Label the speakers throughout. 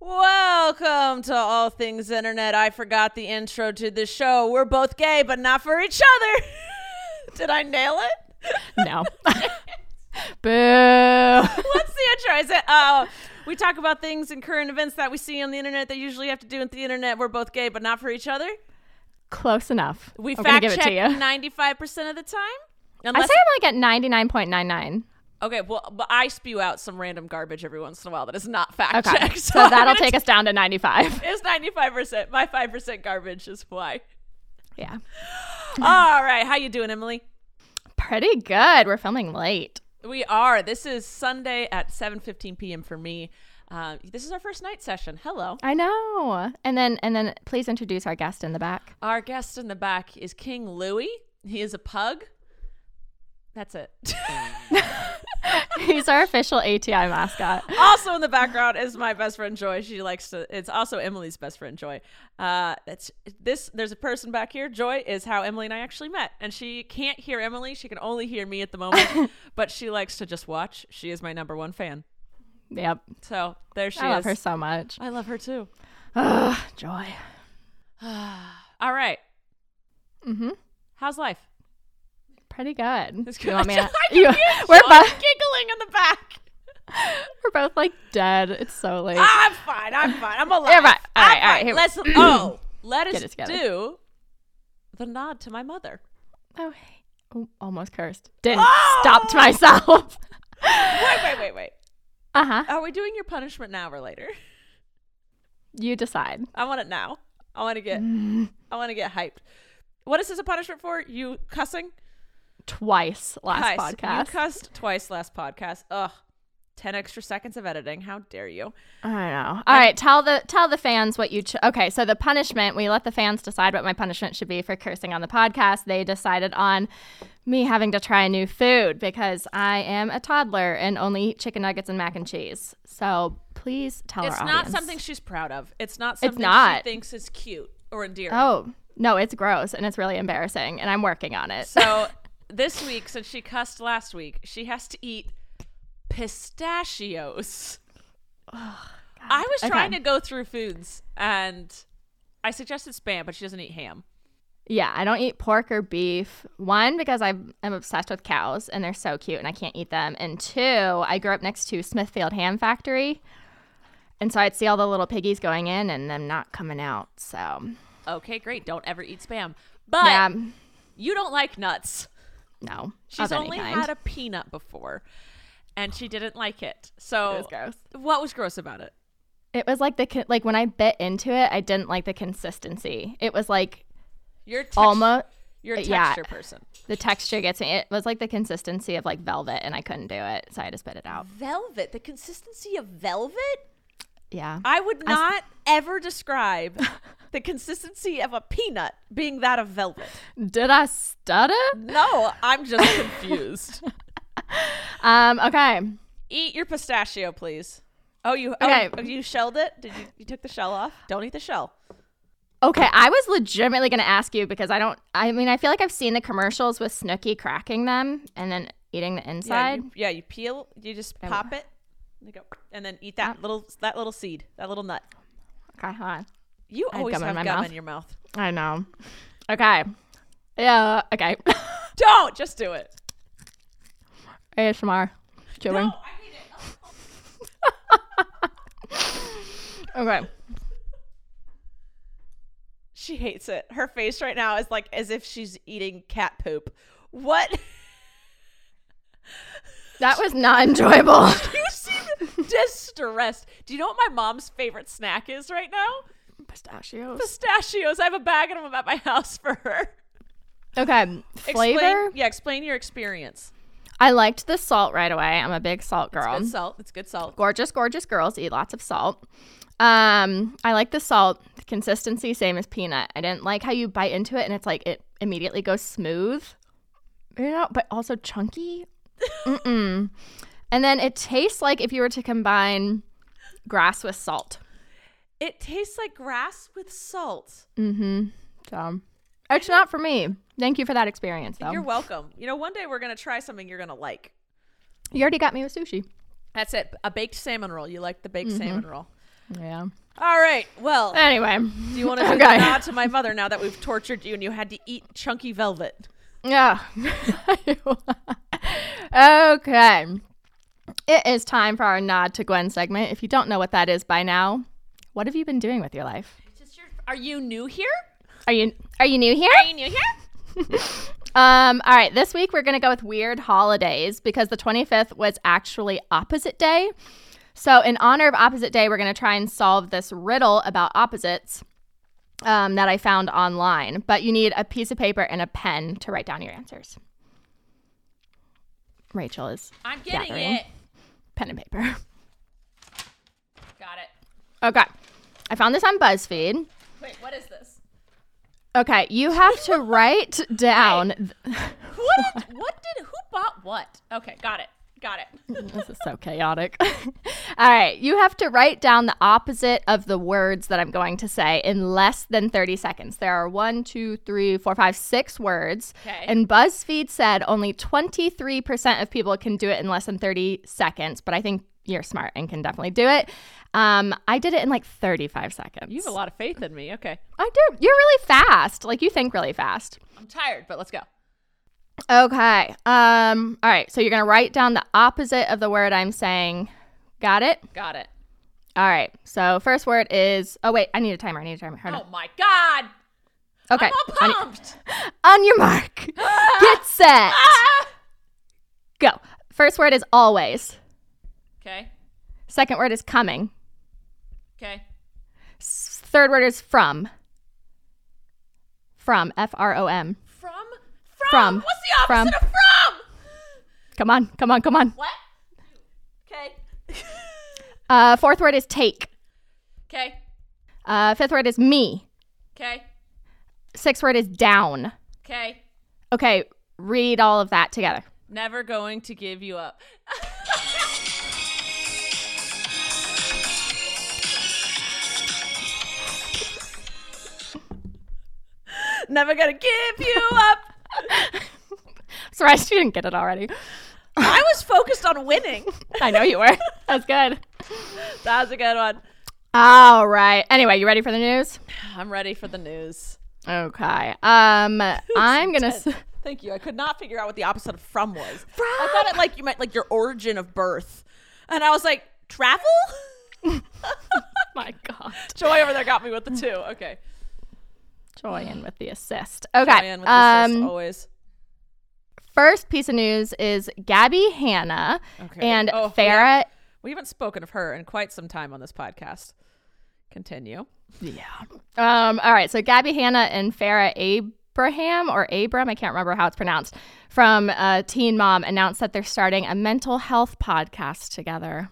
Speaker 1: Welcome to All Things Internet. I forgot the intro to the show. We're both gay, but not for each other. Did I nail it?
Speaker 2: No. Boo.
Speaker 1: What's the intro? Is it? Oh, we talk about things and current events that we see on the internet that usually have to do with the internet. We're both gay, but not for each other.
Speaker 2: Close enough.
Speaker 1: We
Speaker 2: We're gonna
Speaker 1: fact
Speaker 2: give it
Speaker 1: check
Speaker 2: to you.
Speaker 1: ninety-five percent of the time.
Speaker 2: I
Speaker 1: Unless
Speaker 2: say I'm like at 99.99.
Speaker 1: okay, well, but I spew out some random garbage every once in a while that is not fact
Speaker 2: Okay.
Speaker 1: checked.
Speaker 2: so that'll take us down to 95.
Speaker 1: It's ninety-five percent. My five percent garbage is why.
Speaker 2: Yeah.
Speaker 1: All right, how you doing, Emily?
Speaker 2: Pretty good. We're filming late.
Speaker 1: We are. This is Sunday at 7:15 p.m. for me. Uh, this is our first night session. Hello.
Speaker 2: I know. And then and then please introduce our guest in the back.
Speaker 1: Our guest in the back is King Louis. He is a pug. That's it.
Speaker 2: He's our official ATI mascot.
Speaker 1: also in the background is my best friend Joy. She likes to. It's also Emily's best friend Joy. Uh, that's this. There's a person back here. Joy is how Emily and I actually met, and she can't hear Emily. She can only hear me at the moment, but she likes to just watch. She is my number one fan.
Speaker 2: Yep.
Speaker 1: So there she
Speaker 2: I love
Speaker 1: is.
Speaker 2: her so much.
Speaker 1: I love her too.
Speaker 2: Ugh, joy.
Speaker 1: All right.
Speaker 2: Mhm.
Speaker 1: How's life?
Speaker 2: Pretty good.
Speaker 1: It's
Speaker 2: You
Speaker 1: good.
Speaker 2: want me
Speaker 1: I
Speaker 2: to,
Speaker 1: just- I
Speaker 2: you,
Speaker 1: can hear
Speaker 2: we're,
Speaker 1: Sean
Speaker 2: both,
Speaker 1: giggling in the back.
Speaker 2: we're both like dead. It's so late.
Speaker 1: I'm fine. I'm fine. I'm alive.
Speaker 2: Yeah, right. All
Speaker 1: I'm
Speaker 2: right, all right,
Speaker 1: fine.
Speaker 2: here we-
Speaker 1: Let's oh, let
Speaker 2: Get
Speaker 1: us
Speaker 2: it together.
Speaker 1: do the nod to my mother.
Speaker 2: Oh, hey. Oh, almost cursed. Didn't. Stopped myself.
Speaker 1: Wait, wait, wait, wait.
Speaker 2: Uh huh.
Speaker 1: Are we doing your punishment now or later?
Speaker 2: You decide.
Speaker 1: I want it now. I want to get. I want to get hyped. What is this a punishment for? You cussing?
Speaker 2: Twice last
Speaker 1: Guys,
Speaker 2: podcast.
Speaker 1: You cussed twice last podcast. Ugh. Ten extra seconds of editing. How dare you?
Speaker 2: I don't know. All right, tell the tell the fans what you. Ch- okay, so the punishment we let the fans decide what my punishment should be for cursing on the podcast. They decided on me having to try new food because I am a toddler and only eat chicken nuggets and mac and cheese. So please tell
Speaker 1: It's
Speaker 2: our
Speaker 1: not
Speaker 2: audience.
Speaker 1: something she's proud of. It's not something she
Speaker 2: not.
Speaker 1: thinks is cute or endearing.
Speaker 2: oh no, it's gross and it's really embarrassing, and I'm working on it.
Speaker 1: So this week, since she cussed last week, she has to eat pistachios. I was
Speaker 2: Okay.
Speaker 1: trying to go through foods and I suggested spam, but she doesn't eat ham.
Speaker 2: Yeah, I don't eat pork or beef. One, because I'm, I'm obsessed with cows and they're so cute and I can't eat them. And two, I grew up next to Smithfield Ham Factory. And so I'd see all the little piggies going in and them not coming out. So,
Speaker 1: Okay, great. Don't ever eat spam. But
Speaker 2: yeah,
Speaker 1: you don't like nuts.
Speaker 2: no.
Speaker 1: She's
Speaker 2: of any
Speaker 1: only
Speaker 2: kind.
Speaker 1: had a peanut before and she didn't like it. So
Speaker 2: It was gross.
Speaker 1: what was gross about it?
Speaker 2: It was like the, con- like when I bit into it, I didn't like the consistency. It was like
Speaker 1: You're a text-
Speaker 2: almost,
Speaker 1: you're a
Speaker 2: yeah.
Speaker 1: texture person.
Speaker 2: the texture gets me. It was like the consistency of like velvet and I couldn't do it. So I just spit it out.
Speaker 1: Velvet, the consistency of velvet?
Speaker 2: Yeah.
Speaker 1: I would not ever describe the consistency of a peanut being that of velvet.
Speaker 2: Did I stutter?
Speaker 1: No, I'm just confused.
Speaker 2: Um, okay.
Speaker 1: eat your pistachio, please. Oh, you
Speaker 2: Okay.
Speaker 1: oh, you shelled it? Did you you took the shell off? Don't eat the shell.
Speaker 2: Okay, I was legitimately going to ask you because I don't. I mean, I feel like I've seen the commercials with Snooki cracking them and then eating the
Speaker 1: Yeah,
Speaker 2: inside.
Speaker 1: you, yeah, you peel, you just pop it. And you go and then eat that little that little seed, that little nut.
Speaker 2: Okay, hold on.
Speaker 1: You
Speaker 2: I had
Speaker 1: always
Speaker 2: gum in
Speaker 1: have
Speaker 2: my
Speaker 1: gum
Speaker 2: mouth.
Speaker 1: in your mouth.
Speaker 2: I know. Okay. Yeah. Okay.
Speaker 1: Don't just do it.
Speaker 2: ASMR. Chewing.
Speaker 1: I hate it.
Speaker 2: Okay.
Speaker 1: She hates it. Her face right now is like as if she's eating cat poop. What?
Speaker 2: That was not enjoyable.
Speaker 1: you seem distressed. Do you know what my mom's favorite snack is right now?
Speaker 2: Pistachios.
Speaker 1: Pistachios. I have a bag of them at my house for her.
Speaker 2: Okay, flavor.
Speaker 1: Explain, yeah, explain your experience.
Speaker 2: I liked the salt right away. I'm a big salt girl.
Speaker 1: Good salt. It's good salt.
Speaker 2: Gorgeous, gorgeous girls eat lots of salt. Um, I like the salt the consistency, same as peanut. I didn't like how you bite into it and it's like it immediately goes smooth, you know, but also chunky. Mm-mm. And then it tastes like if you were to combine grass with salt.
Speaker 1: It tastes like grass with salt.
Speaker 2: So it's not for me. Thank you for that experience, though.
Speaker 1: You're welcome. You know, one day we're gonna try something you're gonna like.
Speaker 2: You already got me with sushi.
Speaker 1: That's it. A baked salmon roll. You like the baked
Speaker 2: Mm-hmm.
Speaker 1: salmon roll.
Speaker 2: Yeah.
Speaker 1: All right. Well,
Speaker 2: Anyway,
Speaker 1: do you want to do
Speaker 2: Eh, okay.
Speaker 1: the nod to my mother now that we've tortured you and you had to eat chunky velvet?
Speaker 2: Yeah. okay. It is time for our nod to Gwen segment. If you don't know what that is by now, what have you been doing with your life?
Speaker 1: Are you new here?
Speaker 2: Are you are you new here?
Speaker 1: Are you new here?
Speaker 2: Um, all right, this week we're going to go with weird holidays because the 25th was actually opposite day. So, in honor of opposite day, we're going to try and solve this riddle about opposites um, that I found online. But you need a piece of paper and a pen to write down your answers. Rachel is
Speaker 1: I'm getting
Speaker 2: Gathering.
Speaker 1: it.
Speaker 2: pen and paper.
Speaker 1: Got it.
Speaker 2: Okay. I found this on BuzzFeed.
Speaker 1: Wait, what is this?
Speaker 2: Okay, you have to write down.
Speaker 1: What? Did, what did? Who bought what? Okay, got it. Got it.
Speaker 2: This is so chaotic. All right, you have to write down the opposite of the words that I'm going to say in less than 30 seconds. There are one, two, three, four, five, six words.
Speaker 1: Okay.
Speaker 2: And BuzzFeed said only 23% of people can do it in less than 30 seconds, but I think you're smart and can definitely do it. Um, I did it in like 35 seconds.
Speaker 1: You have a lot of faith in me. Okay.
Speaker 2: I do. You're really fast. Like you think really fast.
Speaker 1: I'm tired, but let's go.
Speaker 2: Okay. Um all right, so you're going to write down the opposite of the word I'm saying. Got it?
Speaker 1: Got it.
Speaker 2: All right. So first word is Oh wait, I need a timer. I need a timer. Hold on.
Speaker 1: Oh my god.
Speaker 2: Okay.
Speaker 1: I'm all
Speaker 2: On,
Speaker 1: pumped.
Speaker 2: on your mark. Get set.
Speaker 1: Ah.
Speaker 2: Go. First word is always.
Speaker 1: Okay.
Speaker 2: Second word is coming.
Speaker 1: Okay.
Speaker 2: S- Third word is from. From F R O M.
Speaker 1: From,
Speaker 2: From.
Speaker 1: from. What's the
Speaker 2: From.
Speaker 1: opposite of from?
Speaker 2: Come on. Come on. Come on.
Speaker 1: What? Okay.
Speaker 2: Uh fourth word is take.
Speaker 1: Okay.
Speaker 2: Uh fifth word is me.
Speaker 1: Okay.
Speaker 2: Sixth word is down.
Speaker 1: Okay.
Speaker 2: Okay, read all of that together.
Speaker 1: Never going to give you up. Never gonna give you up.
Speaker 2: Surprised you didn't get it already.
Speaker 1: I was focused on winning.
Speaker 2: I know you were. That's good.
Speaker 1: That was a good one.
Speaker 2: All right. Anyway, you ready for the news?
Speaker 1: I'm ready for the news.
Speaker 2: Okay. Um, I'm gonna. S-
Speaker 1: Thank you. I could not figure out what the opposite of from was. I thought it like you meant like your origin of birth, and I was like travel.
Speaker 2: my God,
Speaker 1: Joy over there got me with the two. Okay.
Speaker 2: Joy in with the assist. Okay.
Speaker 1: Joanne with the
Speaker 2: um,
Speaker 1: assist Oh. always.
Speaker 2: first piece of news is Gabby Hanna
Speaker 1: Okay.
Speaker 2: and
Speaker 1: Oh,
Speaker 2: Farah.
Speaker 1: We haven't spoken of her in quite some time on this podcast. Continue.
Speaker 2: Um, all right. So Gabby Hanna and Farah Abraham or Abram, I can't remember how it's pronounced, from uh, Teen Mom announced that they're starting a mental health podcast together.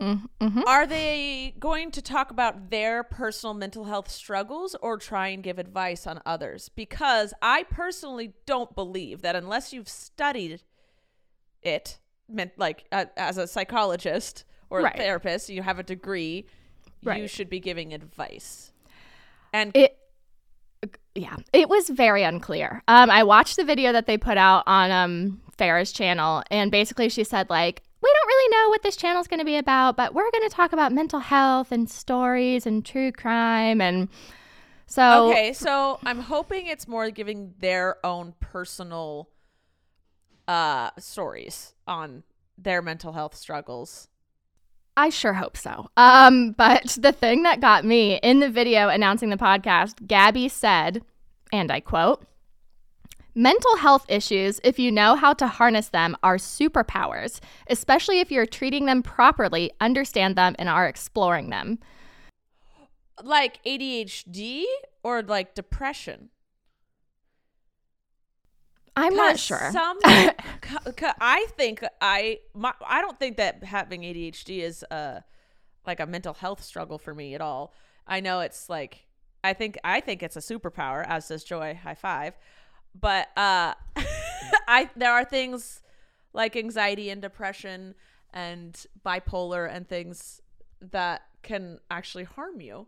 Speaker 2: Mm-hmm.
Speaker 1: Are they going to talk about their personal mental health struggles or try and give advice on others? Because I personally don't believe that unless you've studied it, meant like uh, as a psychologist or
Speaker 2: Right.
Speaker 1: a therapist, you have a degree, you
Speaker 2: Right.
Speaker 1: should be giving advice. And
Speaker 2: It yeah, it was very unclear. Um, I watched the video that they put out on um Farrah's channel, and basically she said like, we don't really know what this channel's going to be about, but we're going to talk about mental health and stories and true crime and so
Speaker 1: Okay, so I'm hoping it's more giving their own personal uh stories on their mental health struggles.
Speaker 2: I sure hope so. Um, but the thing that got me in the video announcing the podcast, Gabby said, and I quote, Mental health issues, if you know how to harness them, are superpowers, especially if you're treating them properly, understand them, and are exploring them.
Speaker 1: Like ADHD or like depression?
Speaker 2: I'm not
Speaker 1: 'Cause
Speaker 2: sure.
Speaker 1: Some, c- c- I think I, my, I don't think that having ADHD is uh like a mental health struggle for me at all. I know it's like, I think, I think it's a superpower. As does Joy. High five. But uh, I there are things like anxiety and depression and bipolar and things that can actually harm you.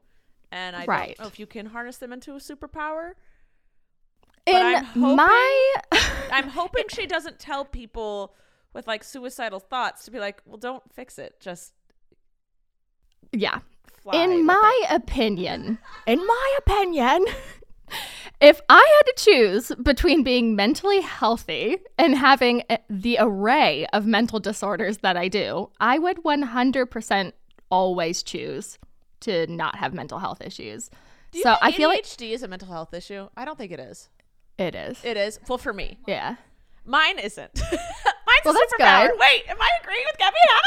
Speaker 1: And I
Speaker 2: Right.
Speaker 1: don't know if you can harness them into a superpower.
Speaker 2: in
Speaker 1: I'm hoping-
Speaker 2: my
Speaker 1: I'm hoping she doesn't tell people with like suicidal thoughts to be like, well, don't fix it, just
Speaker 2: yeah,
Speaker 1: fly. with
Speaker 2: in my
Speaker 1: it."
Speaker 2: opinion, in my opinion, if I had to choose between being mentally healthy and having uh, the array of mental disorders that I do, I would 100% always choose to not have mental health issues.
Speaker 1: Do you
Speaker 2: So
Speaker 1: think
Speaker 2: I feel like
Speaker 1: ADHD is a mental health issue. I don't think it is.
Speaker 2: it is.
Speaker 1: It is. Well, for me,
Speaker 2: yeah.
Speaker 1: mine isn't. Mine's
Speaker 2: Well,
Speaker 1: a
Speaker 2: that's
Speaker 1: superpower.
Speaker 2: good.
Speaker 1: Wait, am I agreeing with Gabby and Hannah?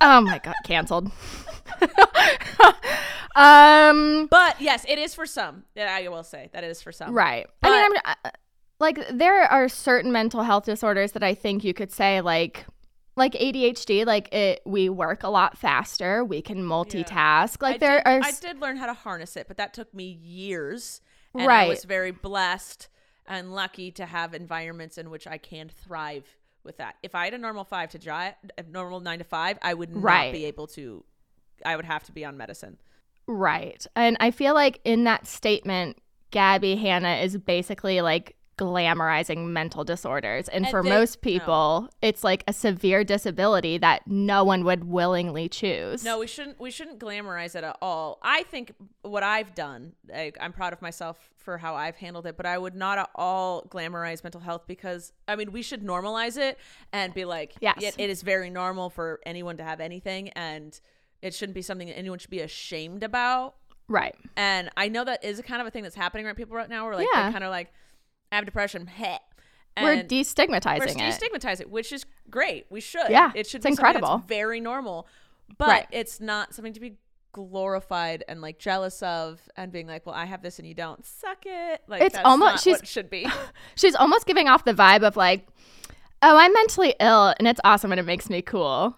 Speaker 2: Oh my god, canceled. um
Speaker 1: But yes, it is for some. Yeah, I will say that it is for some.
Speaker 2: Right.
Speaker 1: But-
Speaker 2: I mean, I'm uh, like there are certain mental health disorders that I think you could say like like ADHD, like it we work a lot faster, we can multitask. Like
Speaker 1: I
Speaker 2: there
Speaker 1: did,
Speaker 2: are
Speaker 1: I
Speaker 2: s-
Speaker 1: did learn how to harness it, but that took me years. And I
Speaker 2: Right.
Speaker 1: was very blessed and lucky to have environments in which I can thrive with that. If I had a normal five to job, a normal nine to five, I would not
Speaker 2: Right.
Speaker 1: be able to. I would have to be on medicine.
Speaker 2: right. And I feel like in that statement Gabby Hanna is basically like glamorizing mental disorders. And,
Speaker 1: And
Speaker 2: for
Speaker 1: they-
Speaker 2: most people, it's like a severe disability that no one would willingly choose.
Speaker 1: No, we shouldn't. We shouldn't glamorize it at all. I think what I've done, like, I'm proud of myself for how I've handled it. But I would not at all glamorize mental health because I mean we should normalize it and be like,
Speaker 2: Yes.
Speaker 1: "Yeah, it is very normal for anyone to have anything, and it shouldn't be something that anyone should be ashamed about.
Speaker 2: Right.
Speaker 1: And I know that is kind of a thing that's happening right people right now. We're like,
Speaker 2: Yeah.
Speaker 1: they're kind of like, I have depression. Heh.
Speaker 2: We're
Speaker 1: And-
Speaker 2: destigmatizing
Speaker 1: we're
Speaker 2: it.
Speaker 1: destigmatizing it, which is great. We should.
Speaker 2: Yeah,
Speaker 1: it should.
Speaker 2: it's
Speaker 1: be something that's
Speaker 2: incredible.
Speaker 1: very normal, but
Speaker 2: Right.
Speaker 1: it's not something to be glorified and like jealous of, and being like, "Well, I have this and you don't." Suck it. Like
Speaker 2: It's
Speaker 1: that's
Speaker 2: almost-
Speaker 1: not
Speaker 2: she's-
Speaker 1: what it should be.
Speaker 2: She's almost giving off the vibe of like, oh, I'm mentally ill and it's awesome and it makes me cool.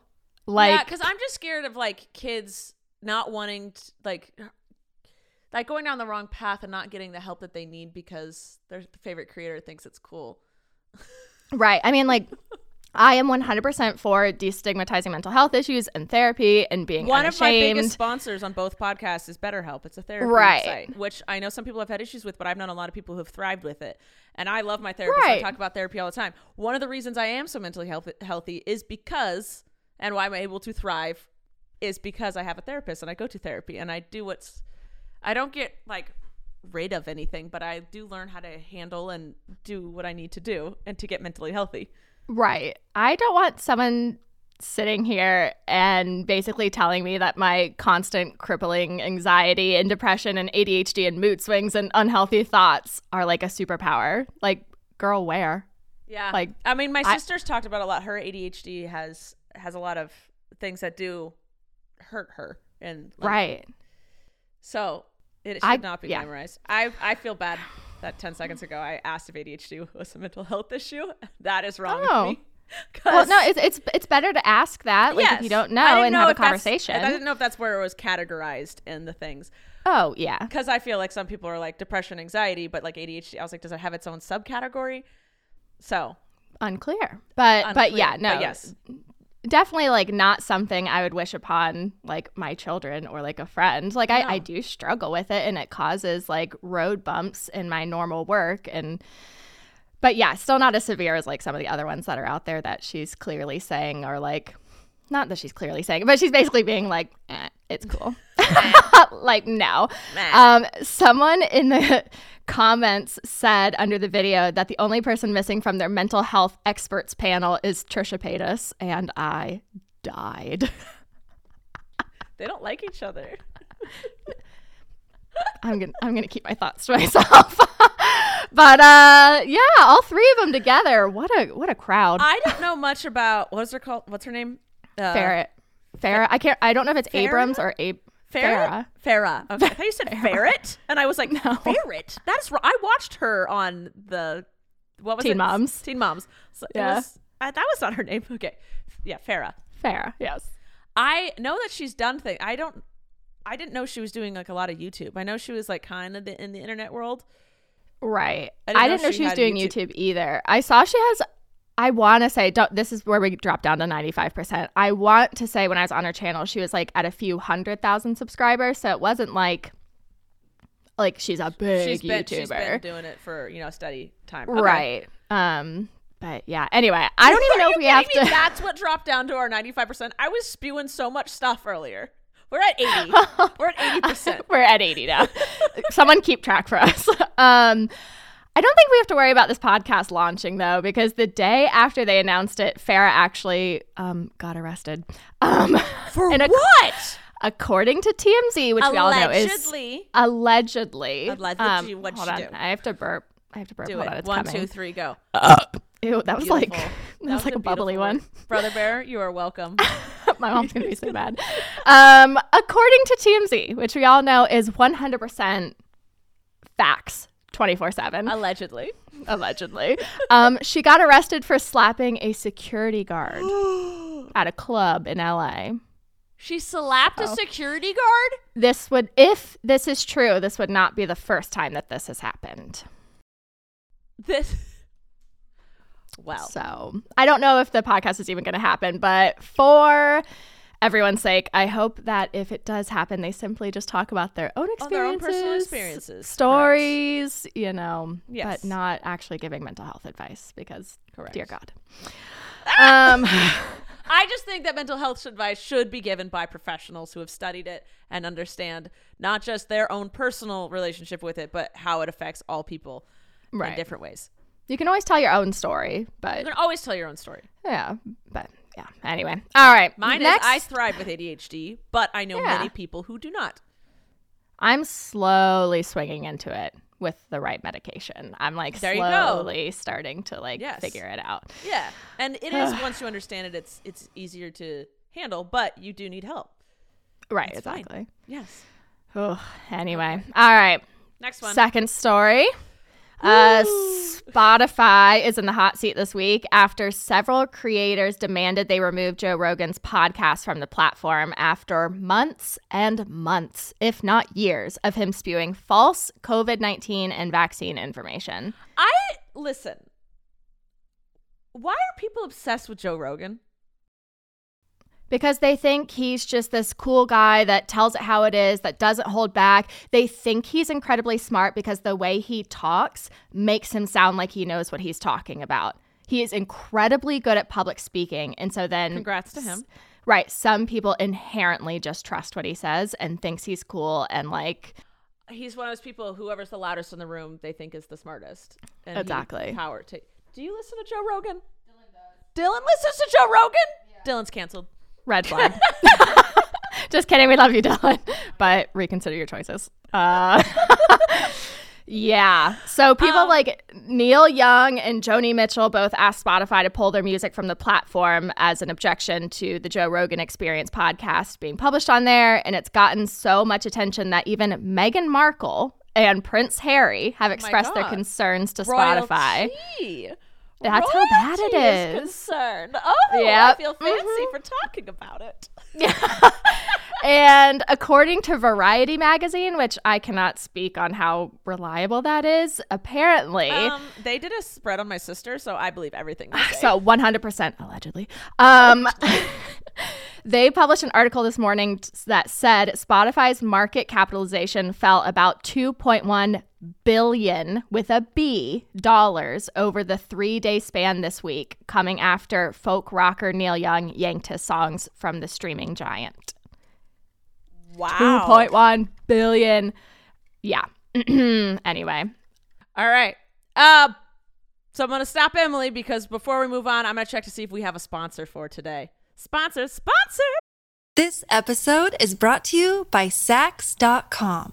Speaker 1: Yeah,
Speaker 2: Like,
Speaker 1: because I'm just scared of like kids not wanting t- like like going down the wrong path and not getting the help that they need because their favorite creator thinks it's cool.
Speaker 2: right. I mean, like, I am 100% for destigmatizing mental health issues and therapy and being
Speaker 1: One of my
Speaker 2: unashamed.
Speaker 1: biggest sponsors on both podcasts is BetterHelp. It's a therapy
Speaker 2: Right.
Speaker 1: site, which I know some people have had issues with, but I've known a lot of people who have thrived with it. And I love my therapist.
Speaker 2: Right.
Speaker 1: I talk about therapy all the time. One of the reasons I am so mentally health- healthy is because, and why I'm able to thrive is because I have a therapist and I go to therapy and I do what's, I don't get like rid of anything, but I do learn how to handle and do what I need to do and to get mentally healthy.
Speaker 2: right. I don't want someone sitting here and basically telling me that my constant crippling anxiety and depression and ADHD and mood swings and unhealthy thoughts are like a superpower. Like, girl, where?
Speaker 1: Yeah.
Speaker 2: Like,
Speaker 1: I mean, my
Speaker 2: I-
Speaker 1: sister's talked about a lot. Her ADHD has has a lot of things that do hurt her, and like,
Speaker 2: right.
Speaker 1: So it should
Speaker 2: I-
Speaker 1: not be
Speaker 2: yeah.
Speaker 1: glamorized. I I feel bad that ten seconds ago I asked if ADHD was a mental health issue. That is wrong
Speaker 2: Oh.
Speaker 1: with me. 'Cause-
Speaker 2: Well, no, it's it's it's better to ask that, like if
Speaker 1: Yes.
Speaker 2: you don't know,
Speaker 1: I didn't
Speaker 2: and have a
Speaker 1: if that's-
Speaker 2: conversation.
Speaker 1: I didn't know if that's where it was categorized in the things.
Speaker 2: Oh yeah,
Speaker 1: Because I feel like some people are like depression, anxiety, but like ADHD. I was like, does it have its own subcategory? So,
Speaker 2: unclear. But but
Speaker 1: unclear.
Speaker 2: yeah, no,
Speaker 1: yes.
Speaker 2: definitely like not something I would wish upon like my children or like a friend. Like I, I do struggle with it, and it causes like road bumps in my normal work and. But yeah, still not as severe as like some of the other ones that are out there that she's clearly saying are like, not that she's clearly saying, but she's basically being like, eh, it's cool. like, no. Um, someone in the comments said under the video that the only person missing from their mental health experts panel is Trisha Paytas, and I died.
Speaker 1: They don't like each other.
Speaker 2: I'm gonna I'm gonna keep my thoughts to myself. but uh, yeah, all three of them together. What a what a crowd.
Speaker 1: I don't know much about what's her called. What's her name? Uh,
Speaker 2: ferret, Farah. I can't. I don't know if it's Abrams or Abe.
Speaker 1: Ferret? Farah. Okay. I thought you said ferret, and I was like, ferret. That's wrong. I watched her on the what was
Speaker 2: Teen
Speaker 1: it?
Speaker 2: Moms.
Speaker 1: Teen Moms. So it
Speaker 2: Yeah.
Speaker 1: was- I- that was not her name. Okay, yeah, Farah.
Speaker 2: Farah. Yes.
Speaker 1: I know that she's done things. I don't. I didn't know she was doing like a lot of YouTube. I know she was like kind of the, in the internet world.
Speaker 2: Right.
Speaker 1: I
Speaker 2: I
Speaker 1: didn't
Speaker 2: didn't,
Speaker 1: know
Speaker 2: know
Speaker 1: she
Speaker 2: she, was
Speaker 1: had
Speaker 2: doing
Speaker 1: YouTube.
Speaker 2: YouTube. either. I saw she has. I want to say don't, this is where we drop down to ninety five percent. I want to say when I was on her channel, she was like at a few hundred thousand subscribers, so it wasn't like like she's a big
Speaker 1: She's been,
Speaker 2: YouTuber,
Speaker 1: she's been doing it for you know study time. Okay.
Speaker 2: right? Um, but yeah. Anyway, I don't even
Speaker 1: Are
Speaker 2: know
Speaker 1: you
Speaker 2: if we
Speaker 1: kidding
Speaker 2: have
Speaker 1: me?
Speaker 2: to.
Speaker 1: That's what dropped down to our ninety-five percent. I was spewing so much stuff earlier. We're at eighty. We're at eighty percent.
Speaker 2: We're at 80 now. Someone keep track for us. Um, I don't think we have to worry about this podcast launching though, because the day after they announced it, Farah actually um, got arrested. Um,
Speaker 1: For
Speaker 2: And a-
Speaker 1: what?
Speaker 2: according to TMZ, which we all know is
Speaker 1: Allegedly.
Speaker 2: allegedly. um,
Speaker 1: Allegedly, what'd
Speaker 2: hold
Speaker 1: she
Speaker 2: on,
Speaker 1: do?
Speaker 2: I have to burp. I have to burp.
Speaker 1: Do
Speaker 2: hold
Speaker 1: it.
Speaker 2: on, it's
Speaker 1: One,
Speaker 2: coming.
Speaker 1: two, three, go.
Speaker 2: Ew, that was like that, was, like a bubbly
Speaker 1: beautiful
Speaker 2: one.
Speaker 1: word. Brother Bear, you are welcome.
Speaker 2: My mom's gonna be so mad. Um, according to TMZ, which we all know is 100% facts, 24 seven.
Speaker 1: Allegedly.
Speaker 2: allegedly. Um, she got arrested for slapping a security guard at a club in LA.
Speaker 1: She slapped a
Speaker 2: Oh.
Speaker 1: security guard?
Speaker 2: This would, if this is true, this would not be the first time that this has happened.
Speaker 1: This. Wow.
Speaker 2: So I don't know if the podcast is even going to happen, but for everyone's sake, I hope that if it does happen, they simply just talk about their own
Speaker 1: Oh,
Speaker 2: experiences,
Speaker 1: their own personal experiences,
Speaker 2: stories, you know,
Speaker 1: Yes.
Speaker 2: but not actually giving mental health advice because,
Speaker 1: Correct. Ah!
Speaker 2: dear God. Um,
Speaker 1: I just think that mental health advice should be given by professionals who have studied it and understand not just their own personal relationship with it, but how it affects all people in
Speaker 2: Right.
Speaker 1: different ways.
Speaker 2: you can always tell your own story, but
Speaker 1: You can always tell your own story.
Speaker 2: Yeah, but yeah. Anyway, all right.
Speaker 1: Mine
Speaker 2: Next,
Speaker 1: is I thrive with ADHD, but I know
Speaker 2: Yeah.
Speaker 1: many people who do not.
Speaker 2: I'm slowly swinging into it with the right medication. I'm like
Speaker 1: There you go.
Speaker 2: slowly starting to like
Speaker 1: Yes.
Speaker 2: figure it out.
Speaker 1: Yeah, and it is once you understand it, it's it's easier to handle, but you do need help.
Speaker 2: Right,
Speaker 1: fine.
Speaker 2: exactly.
Speaker 1: Yes.
Speaker 2: Oh, anyway, all right.
Speaker 1: Next one.
Speaker 2: Second story. Uh, Spotify is in the hot seat this week after several creators demanded they remove Joe Rogan's podcast from the platform after months and months, if not years, of him spewing false COVID 19 and vaccine information.
Speaker 1: I listen. Why are people obsessed with Joe Rogan?
Speaker 2: Because they think he's just this cool guy that tells it how it is, that doesn't hold back. They think he's incredibly smart because the way he talks makes him sound like he knows what he's talking about. He is incredibly good at public speaking. And so then
Speaker 1: Congrats to him.
Speaker 2: Right. Some people inherently just trust what he says and thinks he's cool and like
Speaker 1: He's one of those people. Whoever's the loudest in the room, they think is the smartest. And he
Speaker 2: Exactly.
Speaker 1: Power. To, do you listen to Joe Rogan? Dylan does. Dylan listens to Joe Rogan. Dylan's canceled.
Speaker 2: red flag. just kidding. We love you, Dylan. But reconsider your choices. Uh, yeah. So people like Neil Young and Joni Mitchell both asked Spotify to pull their music from the platform as an objection to the Joe Rogan Experience podcast being published on there. And it's gotten so much attention that even Meghan Markle and Prince Harry have expressed their
Speaker 1: God.
Speaker 2: concerns to Spotify.
Speaker 1: Royalty.
Speaker 2: That's how bad it
Speaker 1: Royalty
Speaker 2: is.
Speaker 1: concerned. Oh, I
Speaker 2: Yep. Mm-hmm.
Speaker 1: feel fancy for talking about it.
Speaker 2: And according to Variety magazine, which I cannot speak on how reliable that is, apparently,
Speaker 1: Um, they did a spread on my sister, so I believe everything. They say.
Speaker 2: so 100% allegedly, um, they published an article this morning t- that said Spotify's market capitalization fell about 2.1 billion with a B dollars over the three day span this week, coming after folk rocker Neil Young yanked his songs from the streaming giant.
Speaker 1: wow.
Speaker 2: 2.1 billion. Yeah. anyway.
Speaker 1: All right. Uh, so I'm going to stop Emily because before we move on, I'm going to check to see if we have a sponsor for today. Sponsor, sponsor.
Speaker 3: This episode is brought to you by Sax.com.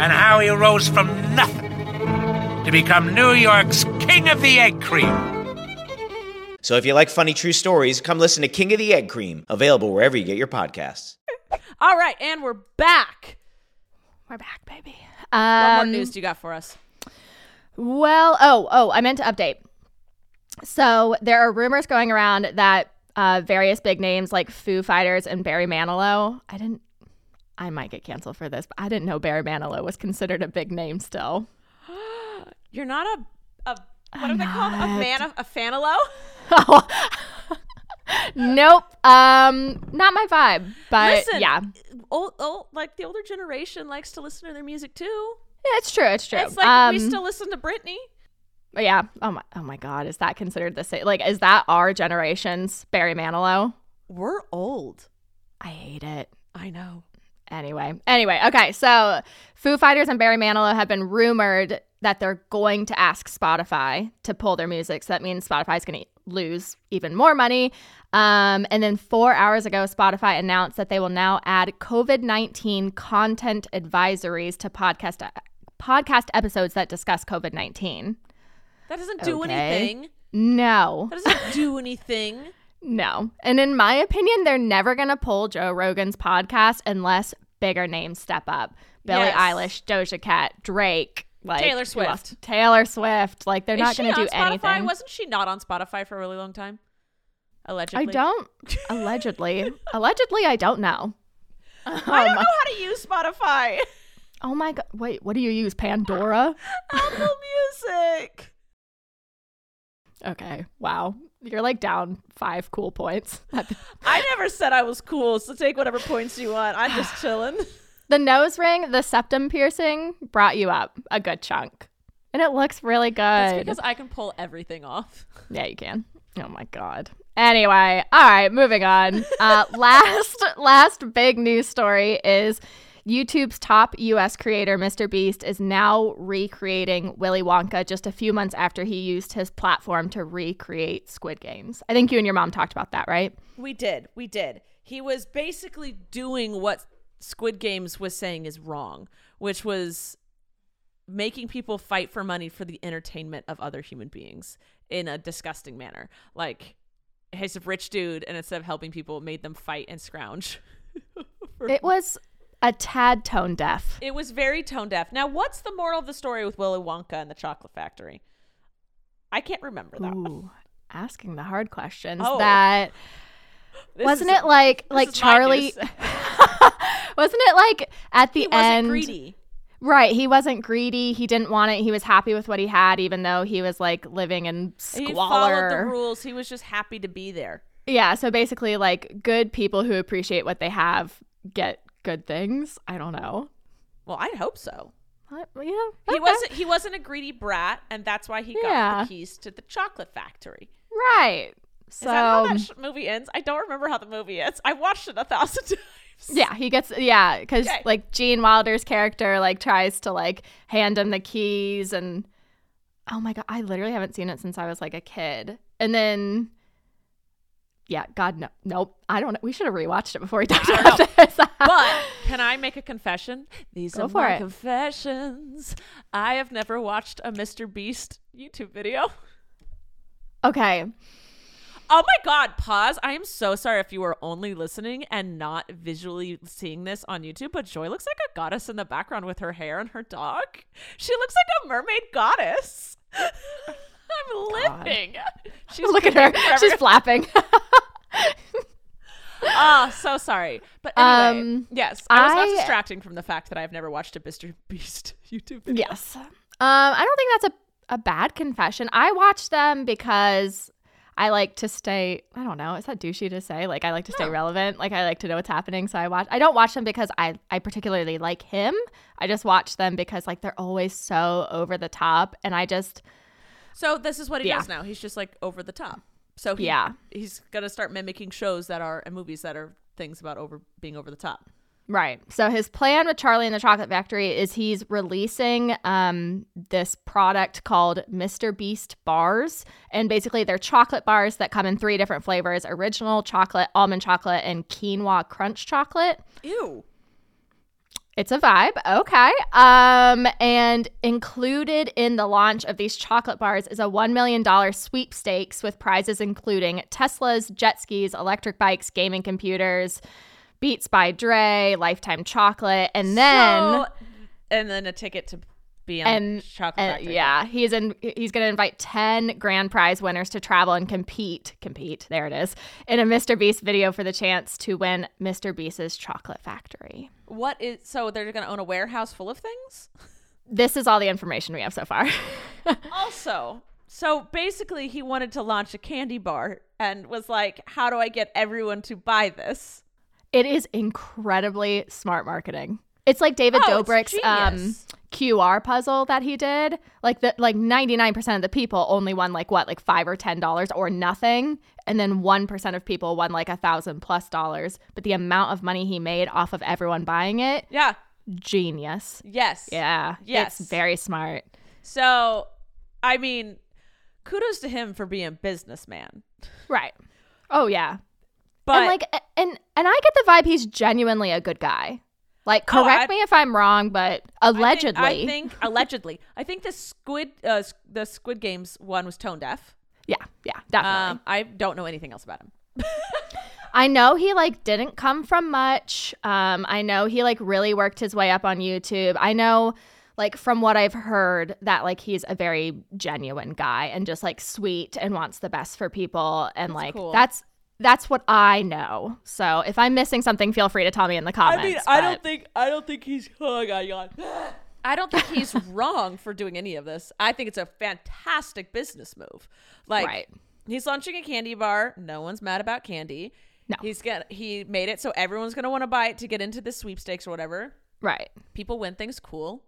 Speaker 4: and how he rose from nothing to become New York's king of the egg cream.
Speaker 5: So if you like funny true stories, come listen to King of the Egg Cream, available wherever you get your podcasts.
Speaker 1: All right, and we're back.
Speaker 2: We're back, baby.
Speaker 1: What more
Speaker 2: Um,
Speaker 1: news do you got for us?
Speaker 2: Well, oh, oh, I meant to update. So there are rumors going around that uh, various big names like Foo Fighters and Barry Manilow. I didn't. I might get canceled for this, but I didn't know Barry Manilow was considered a big name still.
Speaker 1: You're not a a what are they called? A man a fanalo?
Speaker 2: nope. Um, not my vibe. But
Speaker 1: Listen,
Speaker 2: yeah,
Speaker 1: Old, old, like the older generation likes to listen to their music too.
Speaker 2: it's true. It's true.
Speaker 1: It's like we
Speaker 2: Um,
Speaker 1: still listen to Britney.
Speaker 2: Yeah. Oh my. Oh my God. Is that considered the same? Like, is that our generation's Barry Manilow?
Speaker 1: We're old.
Speaker 2: I hate it.
Speaker 1: I know.
Speaker 2: Anyway, anyway, okay. So, Foo Fighters and Barry Manilow have been rumored that they're going to ask Spotify to pull their music. So that means Spotify's going to lose even more money. Um, and then four hours ago, Spotify announced that they will now add COVID nineteen content advisories to podcast podcast episodes that discuss COVID nineteen.
Speaker 1: That doesn't do
Speaker 2: Okay.
Speaker 1: anything.
Speaker 2: No,
Speaker 1: That doesn't do anything.
Speaker 2: no. And in my opinion, they're never going to pull Joe Rogan's podcast unless bigger names step up. Billie
Speaker 1: Yes.
Speaker 2: Eilish, Doja Cat, Drake, like
Speaker 1: Taylor
Speaker 2: who
Speaker 1: Swift.
Speaker 2: else? Taylor Swift. Like they're
Speaker 1: Is
Speaker 2: not
Speaker 1: she
Speaker 2: going to
Speaker 1: on
Speaker 2: do
Speaker 1: Spotify?
Speaker 2: anything.
Speaker 1: Wasn't she not on Spotify for a really long time?
Speaker 2: I
Speaker 1: Allegedly.
Speaker 2: don't allegedly. allegedly, I don't know.
Speaker 1: I don't
Speaker 2: Um,
Speaker 1: know how to use Spotify.
Speaker 2: oh my god! Wait, what do you use? Pandora?
Speaker 1: Apple Music.
Speaker 2: Okay. Wow. You're like down five cool points.
Speaker 1: I never said I was cool, so take whatever points you want. I'm just chilling.
Speaker 2: the nose ring, the septum piercing, brought you up a good chunk, and it looks really good.
Speaker 1: That's because I can pull everything off.
Speaker 2: Yeah, you can. Oh my god. Anyway, all right, moving on. Uh, last last big news story is YouTube's top US creator Mr. Beast is now recreating Willy Wonka just a few months after he used his platform to recreate Squid Games. I think you and your mom talked about that, right?
Speaker 1: We did. We did. He was basically doing what Squid Games was saying is wrong, which was making people fight for money for the entertainment of other human beings in a disgusting manner. Like he's a rich dude and instead of helping people made them fight and scrounge.
Speaker 2: It was a tad tone deaf.
Speaker 1: It was very tone deaf. Now, what's the moral of the story with Willy Wonka and the Chocolate Factory? I can't remember that. one.
Speaker 2: Ooh, asking the hard questions
Speaker 1: Oh.
Speaker 2: that
Speaker 1: This
Speaker 2: wasn't
Speaker 1: is-
Speaker 2: it like
Speaker 1: this
Speaker 2: like
Speaker 1: is my
Speaker 2: Charlie
Speaker 1: news.
Speaker 2: wasn't it like at the
Speaker 1: he wasn't
Speaker 2: end
Speaker 1: greedy.
Speaker 2: Right. He wasn't greedy. He didn't want it. He was happy with what he had, even though he was like living in
Speaker 1: He followed
Speaker 2: squalor.
Speaker 1: the rules. He was just happy to be there.
Speaker 2: yeah. So basically, like good people who appreciate what they have get good things. I don't know.
Speaker 1: Well, I'd hope so.
Speaker 2: What? Yeah.
Speaker 1: He
Speaker 2: okay.
Speaker 1: wasn't. He wasn't a greedy brat, and that's why he got
Speaker 2: Yeah.
Speaker 1: the keys to the chocolate factory.
Speaker 2: Right.
Speaker 1: Is that how
Speaker 2: So
Speaker 1: that sh- movie ends? I don't remember how the movie ends. I watched it a thousand times.
Speaker 2: yeah, he gets yeah because
Speaker 1: Okay.
Speaker 2: like Gene Wilder's character like tries to like hand him the keys and oh my god, I literally haven't seen it since I was like a kid. And then yeah, God, no, nope. I don't know. We should have rewatched it before we talked
Speaker 1: I
Speaker 2: about this.
Speaker 1: but can I make a confession? These
Speaker 2: Go
Speaker 1: are
Speaker 2: for
Speaker 1: my
Speaker 2: it.
Speaker 1: confessions. I have never watched a Mr. Beast YouTube video.
Speaker 2: Okay.
Speaker 1: Oh my God, pause. I am so sorry if you are only listening and not visually seeing this on YouTube, but Joy looks like a goddess in the background with her hair and her dog. She looks like a mermaid goddess. I'm living. She's
Speaker 2: Look at her.
Speaker 1: cooking for
Speaker 2: She's
Speaker 1: everyone.
Speaker 2: flapping.
Speaker 1: Oh, so sorry. But anyway,
Speaker 2: Um,
Speaker 1: yes, I was
Speaker 2: I-
Speaker 1: not distracting from the fact that I have never watched a Mr. Beast YouTube video.
Speaker 2: Yes. Um, I don't think that's a, a bad confession. I watch them because I like to stay, I don't know, is that douchey to say? Like, I like to stay relevant. Like, I like to know what's happening. So I watch, I don't watch them because I, I particularly like him. I just watch them because, like, they're always so over the top. And I just,
Speaker 1: So this is what he
Speaker 2: Yeah.
Speaker 1: does now. He's just like over the top. So he,
Speaker 2: Yeah.
Speaker 1: he's gonna start mimicking shows that are and movies that are things about over being over the top.
Speaker 2: Right. So his plan with Charlie and the Chocolate Factory is he's releasing um, this product called Mr. Beast bars, and basically they're chocolate bars that come in three different flavors: original chocolate, almond chocolate, and quinoa crunch chocolate.
Speaker 1: Ew.
Speaker 2: It's a vibe. Okay. Um, and included in the launch of these chocolate bars is a $1 million sweepstakes with prizes including Teslas, jet skis, electric bikes, gaming computers, Beats by Dre, Lifetime Chocolate, and then.
Speaker 1: So- and then a ticket to be on
Speaker 2: and,
Speaker 1: Chocolate
Speaker 2: and-
Speaker 1: Factory.
Speaker 2: yeah, he's in. He's going to invite ten grand prize winners to travel and compete. Compete. There it is. In a Mr. Beast video for the chance to win Mr. Beast's Chocolate Factory.
Speaker 1: What is so they're gonna own a warehouse full of things?
Speaker 2: This is all the information we have so far.
Speaker 1: also, so basically he wanted to launch a candy bar and was like, How do I get everyone to buy this?
Speaker 2: It is incredibly smart marketing. It's like David
Speaker 1: Oh, it's
Speaker 2: Dobrik's um,
Speaker 1: genius.
Speaker 2: QR puzzle that he did. Like that, like ninety nine percent of the people only won like what, like five or ten dollars or nothing, and then one percent of people won like a thousand plus dollars. But the amount of money he made off of everyone buying it,
Speaker 1: Yeah.
Speaker 2: genius.
Speaker 1: Yes.
Speaker 2: Yeah,
Speaker 1: Yes.
Speaker 2: it's very smart.
Speaker 1: So I mean, kudos to him for being a businessman.
Speaker 2: Right. Oh yeah.
Speaker 1: But
Speaker 2: and like, a- and and I get the vibe he's genuinely a good guy. Like,
Speaker 1: Oh,
Speaker 2: correct
Speaker 1: I-
Speaker 2: me if I'm wrong, but allegedly,
Speaker 1: I think, I think allegedly. I think the Squid uh, s- the Squid Games one was tone deaf.
Speaker 2: Yeah, yeah, definitely.
Speaker 1: Um, I don't know anything else about him.
Speaker 2: I know he like didn't come from much. Um, I know he like really worked his way up on YouTube. I know, like from what I've heard, that like he's a very genuine guy and just like sweet and wants the best for people and like
Speaker 1: cool.
Speaker 2: that's that's what I know. So if I'm missing something, feel free to tell me in the comments. but-
Speaker 1: think I don't think he's oh god, god. I don't think he's wrong for doing any of this. I think it's a fantastic business move. Like
Speaker 2: Right.
Speaker 1: he's launching a candy bar. No one's mad about candy.
Speaker 2: No.
Speaker 1: He's gonna he made it so everyone's gonna want to buy it to get into the sweepstakes or whatever.
Speaker 2: right.
Speaker 1: People win things cool.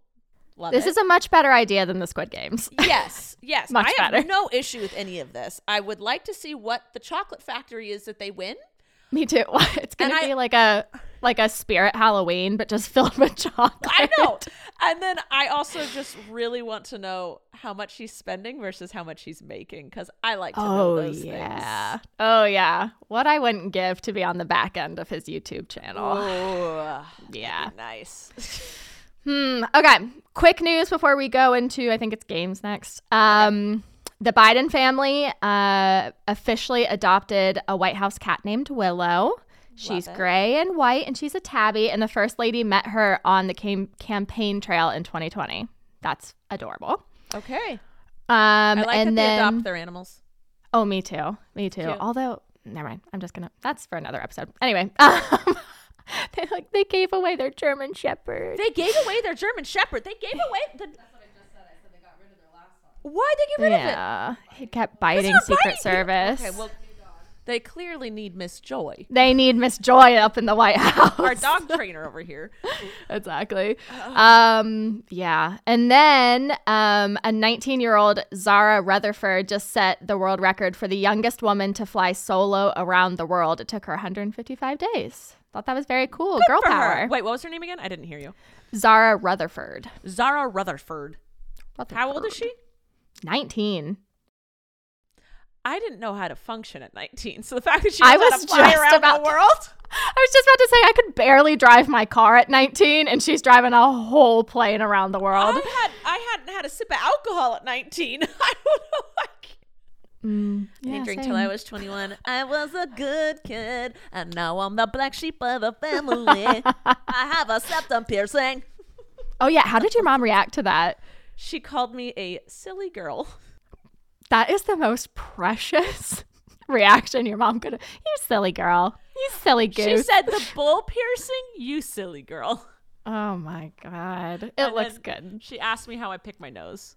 Speaker 1: Love
Speaker 2: This
Speaker 1: it.
Speaker 2: is a much better idea than the Squid Games.
Speaker 1: Yes, yes.
Speaker 2: Much
Speaker 1: I have
Speaker 2: better.
Speaker 1: no issue with any of this. I would like to see what the chocolate factory is that they win.
Speaker 2: me too. It's gonna
Speaker 1: And I-
Speaker 2: be like a like a spirit Halloween, but just filled with chocolate.
Speaker 1: I know. And then I also just really want to know how much he's spending versus how much he's making because I like to know those
Speaker 2: Oh, yeah. Oh yeah. What I wouldn't give to be on the back end of his YouTube channel.
Speaker 1: things. Ooh,
Speaker 2: Yeah.
Speaker 1: nice.
Speaker 2: Hmm. Okay. Quick news before we go into I think it's games next. Um the Biden family uh officially adopted a White House cat named Willow. She's
Speaker 1: it.
Speaker 2: gray and white and she's a tabby and the first lady met her on the cam- campaign trail in 2020. That's adorable.
Speaker 1: Okay.
Speaker 2: Um
Speaker 1: I like that
Speaker 2: and
Speaker 1: they
Speaker 2: then
Speaker 1: adopt their animals.
Speaker 2: Oh, me too. Me too.
Speaker 1: Cute.
Speaker 2: Although, never mind. I'm just gonna. That's for another episode. Anyway, um, they like they gave away their German Shepherd.
Speaker 1: They gave away their German Shepherd. They gave away the. Why they get rid of it?
Speaker 2: yeah, he kept biting
Speaker 1: They're
Speaker 2: Secret
Speaker 1: biting people.
Speaker 2: Service.
Speaker 1: Okay, well, they clearly need Miss Joy,
Speaker 2: they need Miss Joy up in the White House.
Speaker 1: our dog trainer over here.
Speaker 2: exactly. Um, yeah. And then um, a 19 year old Zara Rutherford just set the world record for the youngest woman to fly solo around the world. It took her 155 days. Thought that was very cool. Girl
Speaker 1: For
Speaker 2: power.
Speaker 1: her. Wait, what was her name again? I didn't hear you.
Speaker 2: Zara Rutherford.
Speaker 1: Zara Rutherford. How old is she?
Speaker 2: Rutherford. 19.
Speaker 1: I didn't know how to function at 19. So the fact that she
Speaker 2: I
Speaker 1: knows how
Speaker 2: was
Speaker 1: to fly
Speaker 2: just
Speaker 1: around
Speaker 2: about
Speaker 1: the
Speaker 2: to-
Speaker 1: world.
Speaker 2: I was just about to say I could barely drive my car at 19, and she's driving a whole plane around the world.
Speaker 1: I had I hadn't had a sip of alcohol at 19. I don't know. I can't- I
Speaker 2: Yeah,
Speaker 1: didn't drink till I
Speaker 2: same.
Speaker 1: was 21. I was a good kid, and now I'm the black sheep of the family. I have a septum piercing.
Speaker 2: Oh yeah, how did your mom react to that?
Speaker 1: She called me a silly girl.
Speaker 2: That is the most precious reaction your mom could have. You silly girl. You silly goose.
Speaker 1: She said the bull piercing, you silly girl.
Speaker 2: oh my god, it
Speaker 1: And
Speaker 2: looks
Speaker 1: then
Speaker 2: good.
Speaker 1: She asked me how I pick my nose.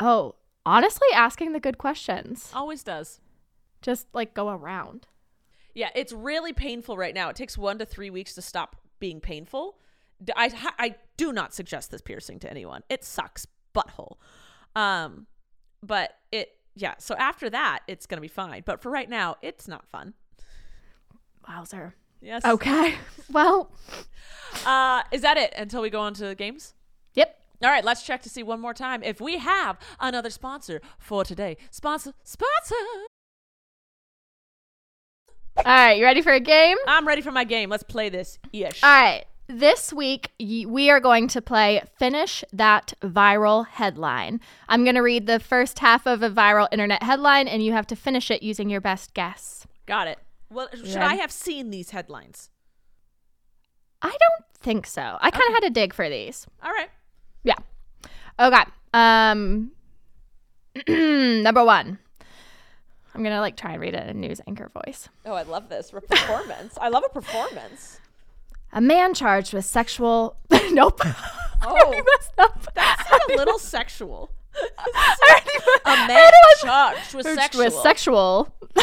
Speaker 2: Oh, honestly, asking the good questions.
Speaker 1: Always does.
Speaker 2: Just like go around.
Speaker 1: Yeah, it's really painful right now. It takes one to three weeks to stop being painful. D- I ha- I do not suggest this piercing to anyone. It sucks, butthole. Um, but it yeah. So after that, it's gonna be fine. But for right now, it's not fun.
Speaker 2: Wowzer.
Speaker 1: Yes.
Speaker 2: Okay. Well,
Speaker 1: Uh, is that it until we go on to the games?
Speaker 2: yep.
Speaker 1: All right, let's check to see one more time if we have another sponsor for today. Sponsor, sponsor.
Speaker 2: All right, you ready for a game?
Speaker 1: I'm ready for my game. Let's play this. Ish.
Speaker 2: All right. This week, y- we are going to play Finish That Viral Headline. I'm going to read the first half of a viral internet headline, and you have to finish it using your best guess.
Speaker 1: Got it. Well, should
Speaker 2: ready?
Speaker 1: I have seen these headlines?
Speaker 2: I don't think so. I kind of had to dig for these.
Speaker 1: All right.
Speaker 2: Yeah. Okay. Um, number one. I'm going to like try and read it in a news anchor voice.
Speaker 1: Oh, I love this Re- performance. I love a performance.
Speaker 2: A man charged with sexual. nope.
Speaker 1: Oh,
Speaker 2: That's not.
Speaker 1: that's a little sexual. a man
Speaker 2: already was-
Speaker 1: charged with
Speaker 2: Charged
Speaker 1: sexual.
Speaker 2: with sexual. you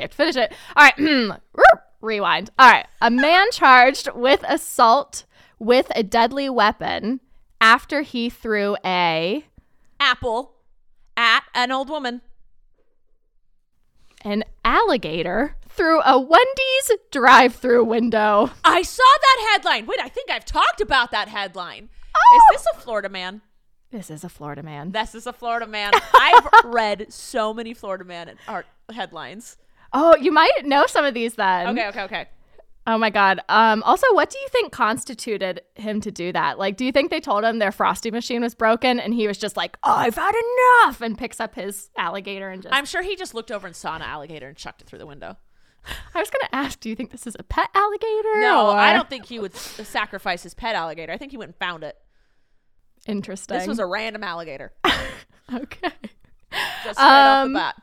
Speaker 2: have to finish it. All right. Rewind. All right. A man charged with assault with a deadly weapon after he threw a
Speaker 1: Apple at an old woman.
Speaker 2: an alligator through a Wendy's drive-through window.
Speaker 1: I saw that headline. Wait, I think I've talked about that headline. Is this a Florida man?
Speaker 2: This is a Florida man.
Speaker 1: This is a Florida man. I've read so many Florida man and art headlines.
Speaker 2: oh, you might know some of these then.
Speaker 1: Okay, okay, okay.
Speaker 2: Oh my god. Um also what do you think constituted him to do that? Like do you think they told him their frosty machine was broken and he was just like, "Oh, "I've had enough" and picks up his alligator and just
Speaker 1: I'm sure he just looked over and saw an alligator and chucked it through the window.
Speaker 2: I was going to ask, do you think this is a pet alligator?
Speaker 1: No, I
Speaker 2: or-
Speaker 1: don't think he would s- sacrifice his pet alligator. I think he went and found it.
Speaker 2: Interesting.
Speaker 1: This was a random alligator.
Speaker 2: Okay.
Speaker 1: Just right
Speaker 2: Um,
Speaker 1: off the bat.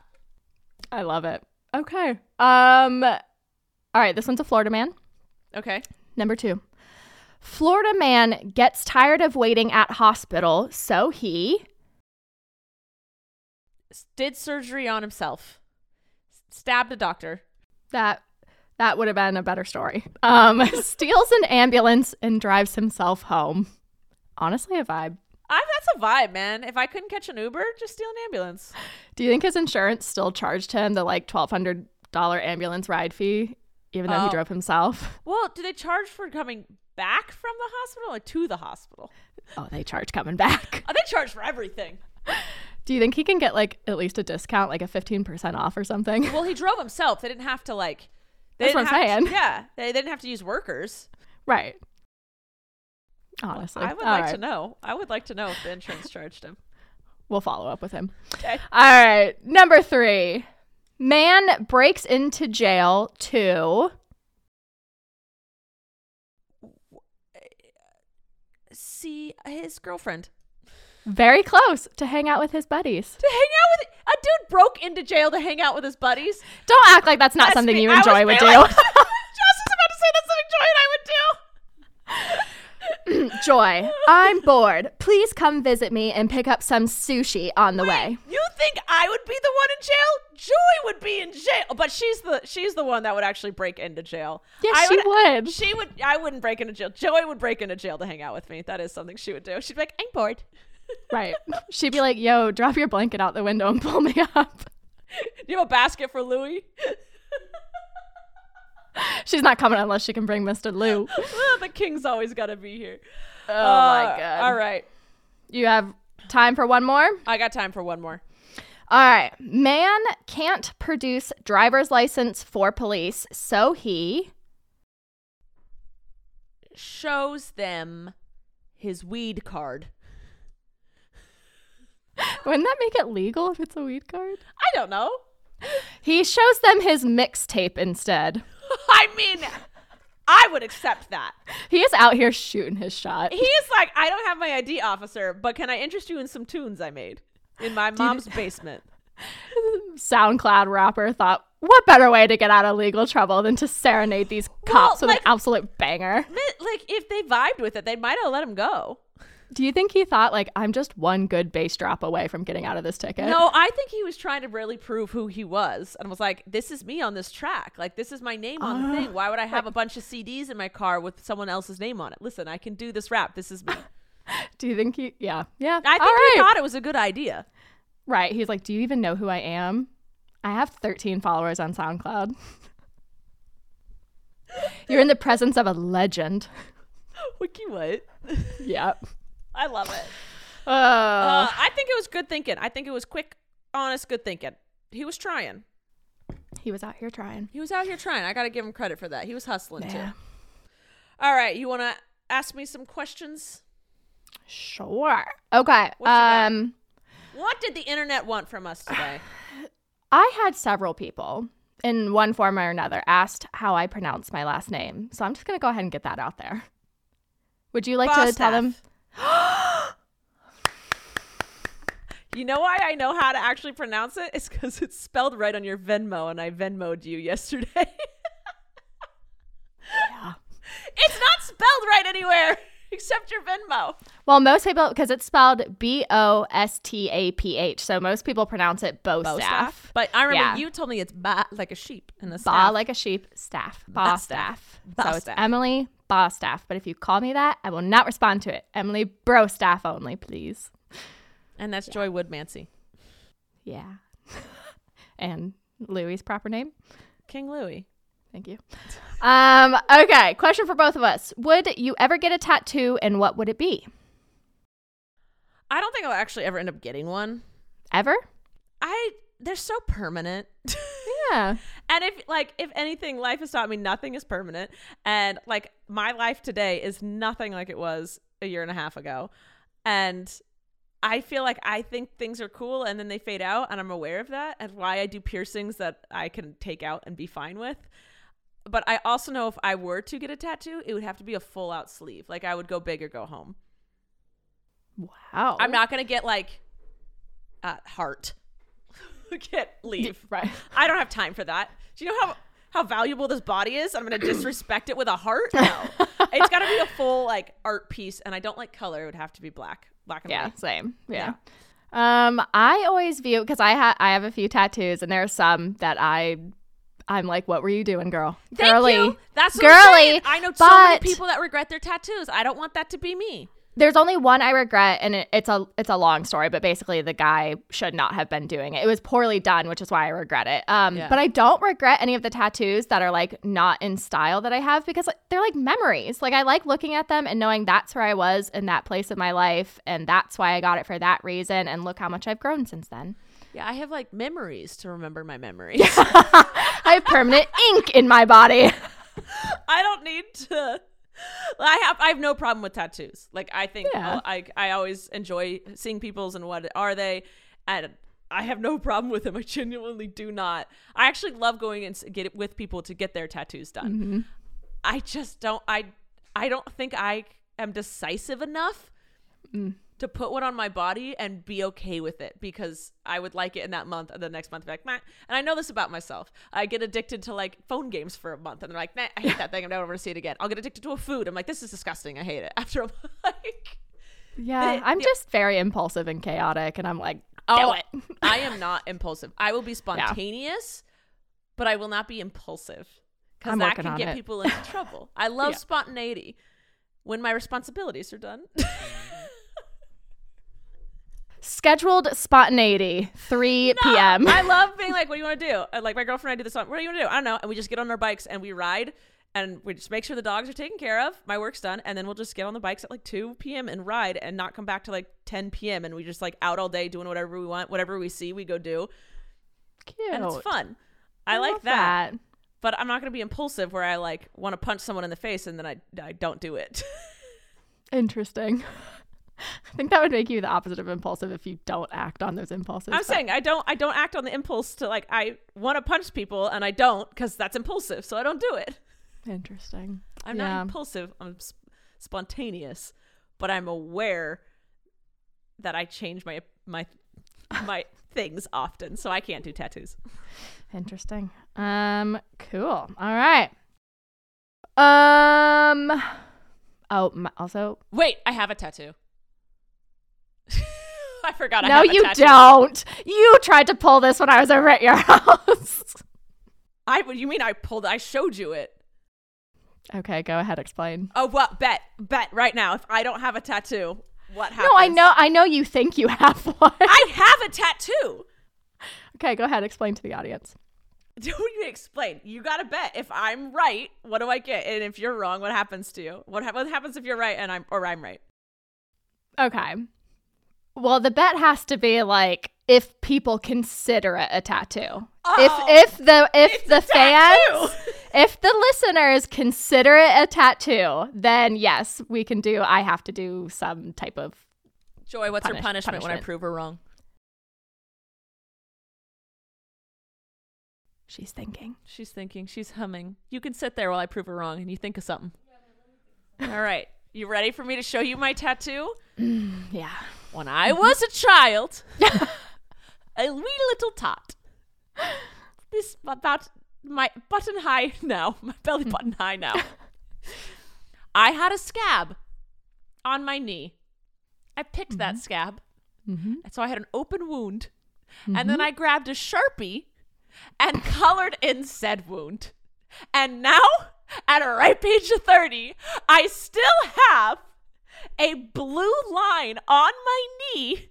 Speaker 2: I love it. Okay. Um All right, this one's a Florida man.
Speaker 1: Okay.
Speaker 2: Number 2. Florida man gets tired of waiting at hospital, so he
Speaker 1: S- Did surgery on himself. S- Stabbed a doctor.
Speaker 2: That that would have been a better story. Um, steals an ambulance and drives himself home. Honestly, a vibe.
Speaker 1: I that's a vibe, man. If I couldn't catch an Uber, just steal an ambulance.
Speaker 2: Do you think his insurance still charged him the like twelve hundred dollar ambulance ride fee, even though he
Speaker 1: Oh.
Speaker 2: drove himself?
Speaker 1: Well, do they charge for coming back from the hospital or to the hospital?
Speaker 2: Oh, they charge coming back.
Speaker 1: Oh, they charge for everything.
Speaker 2: Do you think he can get like at least a discount, like a fifteen percent off or something?
Speaker 1: Well, he drove himself. They didn't have to like. They
Speaker 2: That's
Speaker 1: didn't
Speaker 2: what I'm
Speaker 1: have to-
Speaker 2: saying.
Speaker 1: yeah, they didn't have to use workers.
Speaker 2: right. Honestly,
Speaker 1: I would
Speaker 2: All
Speaker 1: like
Speaker 2: right.
Speaker 1: to know. I would like to know if the insurance charged him.
Speaker 2: We'll follow up with him.
Speaker 1: Okay.
Speaker 2: All right, number three. Man breaks into jail to
Speaker 1: See his girlfriend
Speaker 2: very close to hang out with his buddies.
Speaker 1: to hang out with. A dude broke into jail to hang out with his buddies.
Speaker 2: Don't act like that's not
Speaker 1: That's
Speaker 2: something
Speaker 1: me-
Speaker 2: you
Speaker 1: I was
Speaker 2: enjoy would
Speaker 1: feeling-
Speaker 2: do.
Speaker 1: Josh was about to say that's something Joy and I would do.
Speaker 2: Joy, I'm bored. Please come visit me and pick up some sushi on the way.
Speaker 1: You think I would be the one in jail? Joy would be in jail, Oh, but she's the she's the one that would actually break into jail.
Speaker 2: Yes,
Speaker 1: I
Speaker 2: she would.
Speaker 1: She would. I wouldn't break into jail. Joy would break into jail to hang out with me. That is something she would do. She'd be like, "I'm bored.
Speaker 2: Right. She'd be like, yo, drop your blanket out the window and pull me up.
Speaker 1: Do you have a basket for Louie?
Speaker 2: She's not coming unless she can bring Mr. Lou.
Speaker 1: Ah, the king's always got to be here."
Speaker 2: Oh
Speaker 1: Uh, All right,
Speaker 2: You have time for one more?
Speaker 1: I got time for one more.
Speaker 2: All right. Man can't produce driver's license for police, so he
Speaker 1: shows them his weed card.
Speaker 2: Wouldn't that make it legal if it's a weed card?
Speaker 1: I don't know.
Speaker 2: He shows them his mixtape instead.
Speaker 1: I mean, I would accept that.
Speaker 2: He is out here shooting his shot.
Speaker 1: He's like, I don't have my ID, officer, but can I interest you in some tunes I made in my mom's basement?
Speaker 2: SoundCloud rapper thought, what better way to get out of legal trouble than to serenade these cops
Speaker 1: Well,
Speaker 2: with
Speaker 1: like-
Speaker 2: an absolute banger?
Speaker 1: Mi- Like, if they vibed with it, they might have let him go.
Speaker 2: Do you think he thought, like, I'm just one good bass drop away from getting out of this ticket?
Speaker 1: No, I think he was trying to really prove who he was and was like, this is me on this track. Like, this is my name on the thing. Why would I have a bunch of CDs in my car with someone else's name on it? Listen, I can do this rap. This is me.
Speaker 2: Do you think he, yeah, yeah.
Speaker 1: I think
Speaker 2: All right.
Speaker 1: he thought it was a good idea.
Speaker 2: Right. He's like, Do you even know who I am? I have 13 followers on SoundCloud. You're in the presence of a legend.
Speaker 1: Wiki what?
Speaker 2: Yep.
Speaker 1: I love it.
Speaker 2: Uh,
Speaker 1: Uh, I think it was good thinking. I think it was quick, honest, good thinking. He was trying.
Speaker 2: he was out here trying.
Speaker 1: He was out here trying. I got to give him credit for that. He was hustling
Speaker 2: Yeah.
Speaker 1: too. All right, you want to ask me some questions?
Speaker 2: Sure. Okay.
Speaker 1: What you got?
Speaker 2: um,
Speaker 1: What did the internet want from us today?
Speaker 2: I had several people in one form or another asked how I pronounce my last name. So I'm just going to go ahead and get that out there. Would you like to tell them?
Speaker 1: You know why I know how to actually pronounce it? It's because it's spelled right on your Venmo, and I Venmoed you yesterday. It's not spelled right anywhere except your Venmo.
Speaker 2: Well, most people, because it's spelled B O S T A P H. So most people pronounce it Bo,
Speaker 1: Bo
Speaker 2: staff.
Speaker 1: staff. But I remember
Speaker 2: Yeah.
Speaker 1: you told me it's ba like a sheep and the
Speaker 2: Ba
Speaker 1: staff.
Speaker 2: like a sheep, staff. Ba staff.
Speaker 1: Ba
Speaker 2: so it's
Speaker 1: staff.
Speaker 2: Emily Ba staff. But if you call me that, I will not respond to it. Emily Bro staff only, please.
Speaker 1: and that's Joy Woodmancy.
Speaker 2: Yeah. and Louie's proper name.
Speaker 1: King Louis.
Speaker 2: Thank you. Um, okay, question for both of us. Would you ever get a tattoo and what would it be?
Speaker 1: I don't think I'll actually ever end up getting one.
Speaker 2: Ever?
Speaker 1: I they're so permanent.
Speaker 2: Yeah.
Speaker 1: And if like if anything, life has taught me nothing is permanent. And like my life today is nothing like it was a year and a half ago. And I feel like I think things are cool and then they fade out and I'm aware of that and why I do piercings that I can take out and be fine with. But I also know if I were to get a tattoo, it would have to be a full out sleeve. Like I would go big or go home.
Speaker 2: Wow.
Speaker 1: I'm not gonna get like uh, heart. get leave.
Speaker 2: Right.
Speaker 1: I don't have time for that. Do you know how how valuable this body is? I'm gonna disrespect it with a heart. No, it's got to be a full like art piece, and I don't like color. It would have to be black, black and
Speaker 2: Yeah,
Speaker 1: white.
Speaker 2: same. Yeah. Um, I always view because I ha- I have a few tattoos and there are some that I I'm like, what were you doing, girl?
Speaker 1: Thank
Speaker 2: Girly.
Speaker 1: you. That's what
Speaker 2: girly.
Speaker 1: I'm saying. I know so many
Speaker 2: but-
Speaker 1: people that regret their tattoos. I don't want that to be me.
Speaker 2: There's only one I regret, and it, it's a it's a long story, but basically the guy should not have been doing it. It was poorly done, which is why I regret it. Um,
Speaker 1: Yeah.
Speaker 2: but I don't regret any of the tattoos that are like not in style that I have because like, they're like memories. Like I like looking at them and knowing that's where I was in that place of my life, and that's why I got it for that reason. And look how much I've grown since then.
Speaker 1: Yeah, I have like memories to remember my memories.
Speaker 2: I have permanent ink in my body.
Speaker 1: I don't need to. I have I have no problem with tattoos. Like I think
Speaker 2: Yeah.
Speaker 1: I I always enjoy seeing people's and what are they, and I have no problem with them. I genuinely do not. I actually love going and s- get it with people to get their tattoos done. I just don't. I I don't think I am decisive enough to put one on my body and be okay with it because I would like it in that month and the next month be like, nah. And I know this about myself. I get addicted to like phone games for a month and they're like, nah, I hate that thing. I'm never going to see it again. I'll get addicted to a food. I'm like, this is disgusting. I hate it. After a month, like,
Speaker 2: Yeah,
Speaker 1: The-
Speaker 2: I'm
Speaker 1: the-
Speaker 2: just very impulsive and chaotic, and I'm like,
Speaker 1: Oh,
Speaker 2: do it.
Speaker 1: I am not impulsive. I will be spontaneous, but I will not be impulsive because
Speaker 2: I'm
Speaker 1: that
Speaker 2: working
Speaker 1: can
Speaker 2: on
Speaker 1: get
Speaker 2: it.
Speaker 1: people into trouble. I love
Speaker 2: Yeah.
Speaker 1: spontaneity when my responsibilities are done.
Speaker 2: Scheduled spontaneity, 3
Speaker 1: No,
Speaker 2: p.m.
Speaker 1: I love being like, what do you want to do? And, like my girlfriend and I do this on, what do you want to do? I don't know. And we just get on our bikes and we ride and we just make sure the dogs are taken care of. My work's done, and then we'll just get on the bikes at like 2 p.m. and ride, and not come back to like 10 p.m. And we just like out all day doing whatever we want, whatever we see, we go do.
Speaker 2: Cute.
Speaker 1: And it's fun. I, like
Speaker 2: love
Speaker 1: that.
Speaker 2: that.
Speaker 1: But I'm not going to be impulsive where I like want to punch someone in the face and then I, I don't do it.
Speaker 2: Interesting. I think that would make you the opposite of impulsive if you don't act on those impulses.
Speaker 1: I'm
Speaker 2: but-
Speaker 1: saying I don't I don't act on the impulse to like I want to punch people and I don't because that's impulsive, so I don't do it.
Speaker 2: Interesting.
Speaker 1: I'm
Speaker 2: Yeah.
Speaker 1: not impulsive. I'm sp- spontaneous, but I'm aware that I change my my my things often, so I can't do tattoos.
Speaker 2: Interesting. Um, cool. All right. Um. Oh, my, also,
Speaker 1: Wait, I have a tattoo. I forgot. I
Speaker 2: no,
Speaker 1: have a
Speaker 2: you
Speaker 1: tattoo.
Speaker 2: don't. You tried to pull this when I was over at your house.
Speaker 1: I. What do you mean? I pulled. I showed you it.
Speaker 2: okay, go ahead. Explain.
Speaker 1: Oh, what? Bet, bet right now. If I don't have a tattoo, what happens?
Speaker 2: No, I know. I know you think you have one.
Speaker 1: I have a tattoo.
Speaker 2: okay, go ahead. Explain to the audience.
Speaker 1: Don't you explain? You gotta bet. If I'm right, what do I get? And if you're wrong, what happens to you? What, ha- what happens if you're right and I'm or I'm right?
Speaker 2: Okay. Well, the bet has to be like if people consider it a tattoo.
Speaker 1: Oh.
Speaker 2: if if the if the fans if the listeners consider it a tattoo, then yes, we can do I have to do some type of
Speaker 1: Joy, what's
Speaker 2: Punish-
Speaker 1: her punishment, when I
Speaker 2: punishment.
Speaker 1: prove her wrong?
Speaker 2: she's thinking.
Speaker 1: She's thinking. She's humming. You can sit there while I prove her wrong, and you think of something. All right, you ready for me to show you my tattoo?
Speaker 2: Yeah.
Speaker 1: When I was a child, a wee little tot. This about my button high now, my belly button high now. I had a scab on my knee. I picked that scab,
Speaker 2: Mm-hmm.
Speaker 1: and so I had an open wound. And then I grabbed a sharpie and colored in said wound. And now, at a ripe age of 30, I still have a blue line on my knee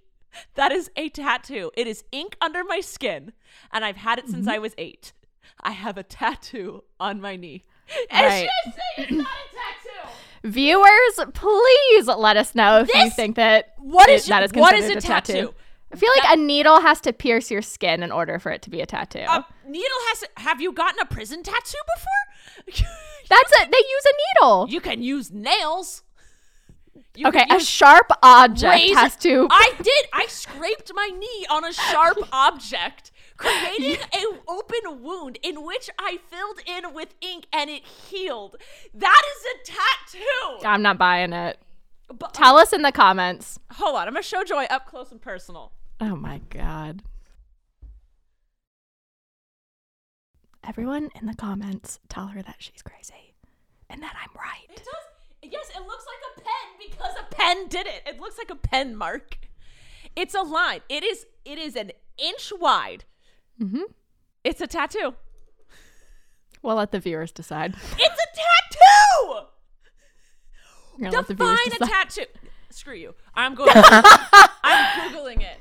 Speaker 1: that is a tattoo. It is ink under my skin, and I've had it since
Speaker 2: Mm-hmm.
Speaker 1: I was eight. I have a tattoo on my knee. And
Speaker 2: Right.
Speaker 1: she said it's not a tattoo.
Speaker 2: Viewers, please let us know if you
Speaker 1: This-
Speaker 2: think that
Speaker 1: what
Speaker 2: it-
Speaker 1: is your-
Speaker 2: that is
Speaker 1: what
Speaker 2: considered
Speaker 1: is a tattoo?
Speaker 2: I feel like a needle has to pierce your skin in order for it to be a tattoo.
Speaker 1: A needle has. Have you gotten a prison tattoo before?
Speaker 2: That's it. They use a needle.
Speaker 1: you can use nails. You
Speaker 2: okay,
Speaker 1: can
Speaker 2: a
Speaker 1: use
Speaker 2: sharp object
Speaker 1: razor-
Speaker 2: has to.
Speaker 1: I did. I scraped my knee on a sharp object, creating a open wound in which I filled in with ink and it healed. That is a tattoo.
Speaker 2: I'm not buying it.
Speaker 1: But-
Speaker 2: Tell us in the comments.
Speaker 1: Hold on, I'm gonna show Joy up close and personal.
Speaker 2: Oh my god. Everyone in the comments, tell her that she's crazy and that I'm
Speaker 1: It
Speaker 2: right.
Speaker 1: does. Yes, it looks like a pen because a pen did it. It looks like a pen mark. It's a line. It is. It is an inch wide.
Speaker 2: Mhm.
Speaker 1: It's a tattoo.
Speaker 2: We'll let the viewers decide.
Speaker 1: It's a tattoo.
Speaker 2: We're gonna let the viewers
Speaker 1: Define a
Speaker 2: decide.
Speaker 1: tattoo. Screw you. I'm going. I'm googling it.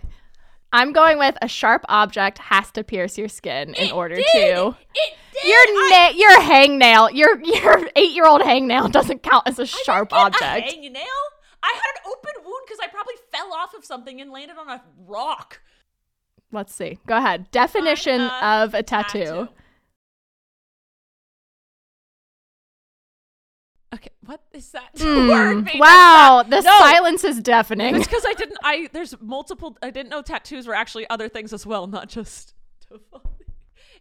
Speaker 2: I'm going with a sharp object has to pierce your skin in
Speaker 1: It
Speaker 2: order
Speaker 1: did.
Speaker 2: to.
Speaker 1: It did.
Speaker 2: Your
Speaker 1: I-
Speaker 2: na- your hangnail, your your eight year old hangnail doesn't count as a
Speaker 1: I didn't
Speaker 2: sharp
Speaker 1: get A
Speaker 2: object.
Speaker 1: hangnail. I had an open wound because I probably fell off of something and landed on a rock.
Speaker 2: Let's see. Go ahead. Definition
Speaker 1: a
Speaker 2: of a tattoo.
Speaker 1: Okay, what is that
Speaker 2: Mm,
Speaker 1: word? mean?
Speaker 2: wow, the
Speaker 1: That's not- no.
Speaker 2: silence is deafening.
Speaker 1: It's because I didn't. I there's multiple. I didn't know tattoos were actually other things as well, not just.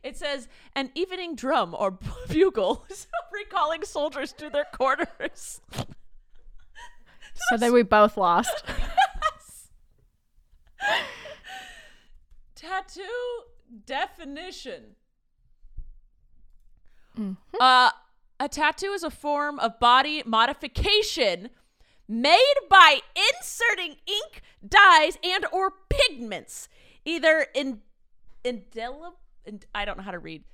Speaker 1: It says an evening drum or bugle recalling soldiers to their quarters.
Speaker 2: So then we both lost.
Speaker 1: Tattoo definition. Uh, a tattoo is a form of body modification made by inserting ink, dyes, and or pigments, either in indelible. In, I don't know how to read.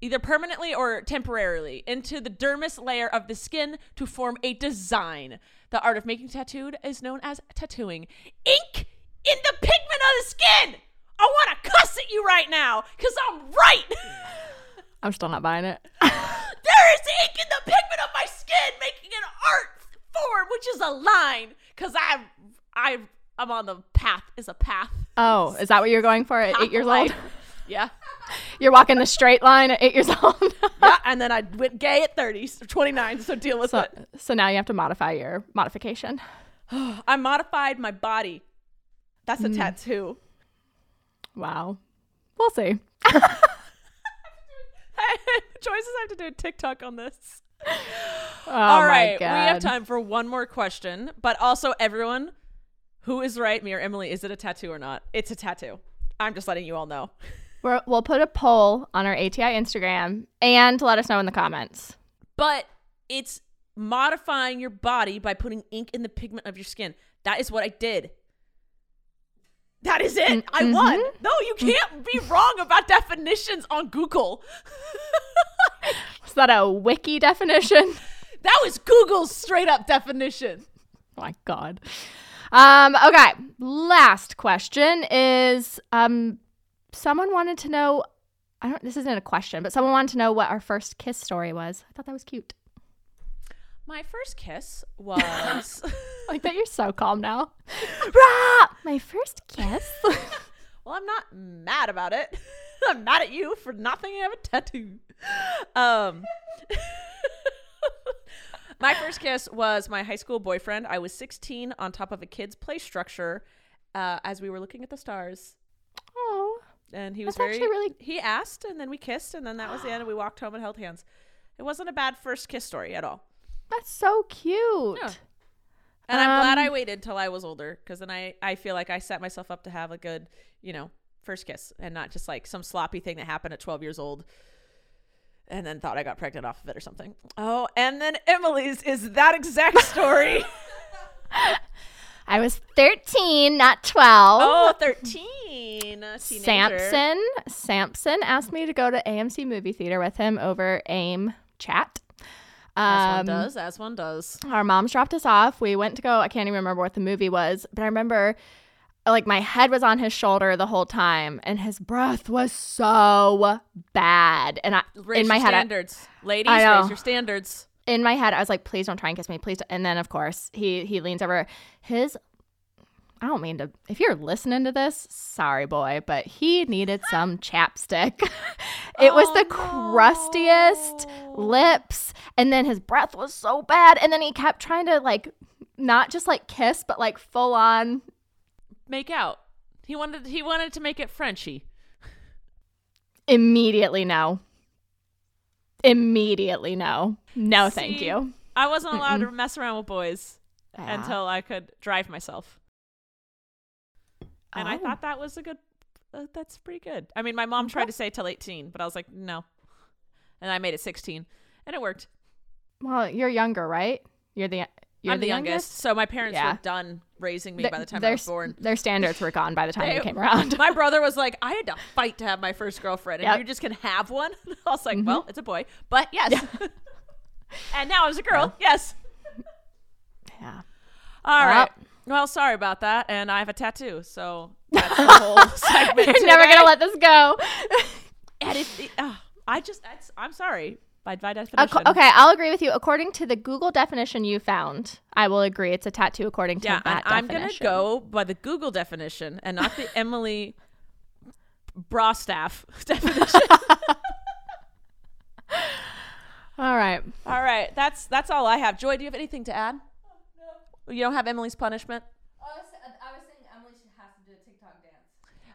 Speaker 1: Either permanently or temporarily into the dermis layer of the skin to form a design. The art of making tattooed is known as tattooing. Ink in the pigment of the skin. I want to cuss at you right now because I'm right.
Speaker 2: I'm still not buying it.
Speaker 1: There There is ink in the pigment of my skin, making an art form, which is a line. Cause I, I, I'm on the path. Is a path.
Speaker 2: Oh, is that what you're going for at eight years old?
Speaker 1: Yeah.
Speaker 2: You're walking the straight line at eight years old.
Speaker 1: yeah, and then I went gay at 30, so 29, so deal with
Speaker 2: so,
Speaker 1: it.
Speaker 2: so now you have to modify your modification.
Speaker 1: I modified my body. That's a
Speaker 2: Mm.
Speaker 1: tattoo.
Speaker 2: Wow. We'll see.
Speaker 1: Choices I have to do a TikTok on this.
Speaker 2: Oh
Speaker 1: All
Speaker 2: my
Speaker 1: right,
Speaker 2: God.
Speaker 1: we have time for one more question, but also everyone, who is right, me or Emily? Is it a tattoo or not? It's a tattoo. I'm just letting you all know.
Speaker 2: We're, we'll put a poll on our ATI Instagram and let us know in the comments.
Speaker 1: But it's modifying your body by putting ink in the pigment of your skin. That is what I did. That is it. I won.
Speaker 2: mhm.
Speaker 1: No, you can't be wrong about definitions on Google.
Speaker 2: Is that a wiki definition?
Speaker 1: That was Google's straight up definition.
Speaker 2: my god. Um, okay. Last question is um someone wanted to know I don't this isn't a question, but someone wanted to know what our first kiss story was. I thought that was cute.
Speaker 1: My first kiss was
Speaker 2: I like that you're so calm now. Rah! My first kiss.
Speaker 1: Well, I'm not mad about it. I'm mad at you for not thinking I have a tattoo. Um, my first kiss was my high school boyfriend. I was 16 on top of a kid's play structure uh, as we were looking at the stars.
Speaker 2: oh.
Speaker 1: And he was
Speaker 2: That's
Speaker 1: very,
Speaker 2: actually really-
Speaker 1: he asked, and then we kissed, and then that was the end. And we walked home and held hands. It wasn't a bad first kiss story at all.
Speaker 2: That's so cute.
Speaker 1: Yeah. And I'm glad
Speaker 2: Um,
Speaker 1: I waited till I was older because then I, I feel like I set myself up to have a good, you know, first kiss and not just like some sloppy thing that happened at 12 years old and then thought I got pregnant off of it or something. Oh, and then Emily's is that exact story.
Speaker 2: I was 13, not 12.
Speaker 1: oh, 13. a teenager.
Speaker 2: Samson Samson asked me to go to AMC movie theater with him over AIM chat.
Speaker 1: As one
Speaker 2: Um,
Speaker 1: does, as one does.
Speaker 2: our moms dropped us off. We went to go. I can't even remember what the movie was, but I remember like my head was on his shoulder the whole time, and his breath was so bad. And I
Speaker 1: Raise
Speaker 2: in my
Speaker 1: your
Speaker 2: head, I,
Speaker 1: standards. Ladies,
Speaker 2: I know.
Speaker 1: raise your standards.
Speaker 2: in my head, I was like, "Please don't try and kiss me, please." don't." And then of course he he leans over. His I don't mean to. If you're listening to this, sorry, boy, but he needed some chapstick. it was the
Speaker 1: Oh,
Speaker 2: crustiest lips, and then his breath was so bad, and then he kept trying to like not just like kiss, but like full on.
Speaker 1: Make out. He wanted he wanted to make it Frenchy.
Speaker 2: Immediately, no. Immediately, no. No, thank
Speaker 1: See,
Speaker 2: you. Ah.
Speaker 1: I wasn't allowed to mess around with boys until I could drive myself. And I
Speaker 2: Oh.
Speaker 1: thought that was a good, uh, that's pretty good. I mean, my mom tried to say till 18, but I was like, no. And I made it 16, and it worked.
Speaker 2: Well, you're younger, right? You're the you're
Speaker 1: I'm the youngest, so my parents
Speaker 2: Yeah.
Speaker 1: were done raising me
Speaker 2: Th-
Speaker 1: by the time
Speaker 2: their,
Speaker 1: I was born.
Speaker 2: Their standards were gone by the time
Speaker 1: They-
Speaker 2: you came around.
Speaker 1: my brother was like, I had to fight to have my first girlfriend, and
Speaker 2: Yep. Mm-hmm.
Speaker 1: you just can have one. I was like, well, it's a boy, but yes. and now I was a girl, yes.
Speaker 2: Yeah.
Speaker 1: All right.
Speaker 2: Well.
Speaker 1: Well, sorry about that. And I have a tattoo, so that's the whole segment.
Speaker 2: You're never
Speaker 1: today.
Speaker 2: gonna let this go.
Speaker 1: And it, it- ah, I just, that's, I'm sorry. By, by definition.
Speaker 2: Ac- okay, I'll agree with you. According to the Google definition you found, I will agree it's a tattoo according to
Speaker 1: Yeah, and
Speaker 2: that
Speaker 1: I'm gonna
Speaker 2: definition.
Speaker 1: go by the Google definition and not the Emily Brostaff definition.
Speaker 2: All right.
Speaker 1: all right, that's that's all I have. Joy, do you have anything to add? No. You don't have Emily's punishment.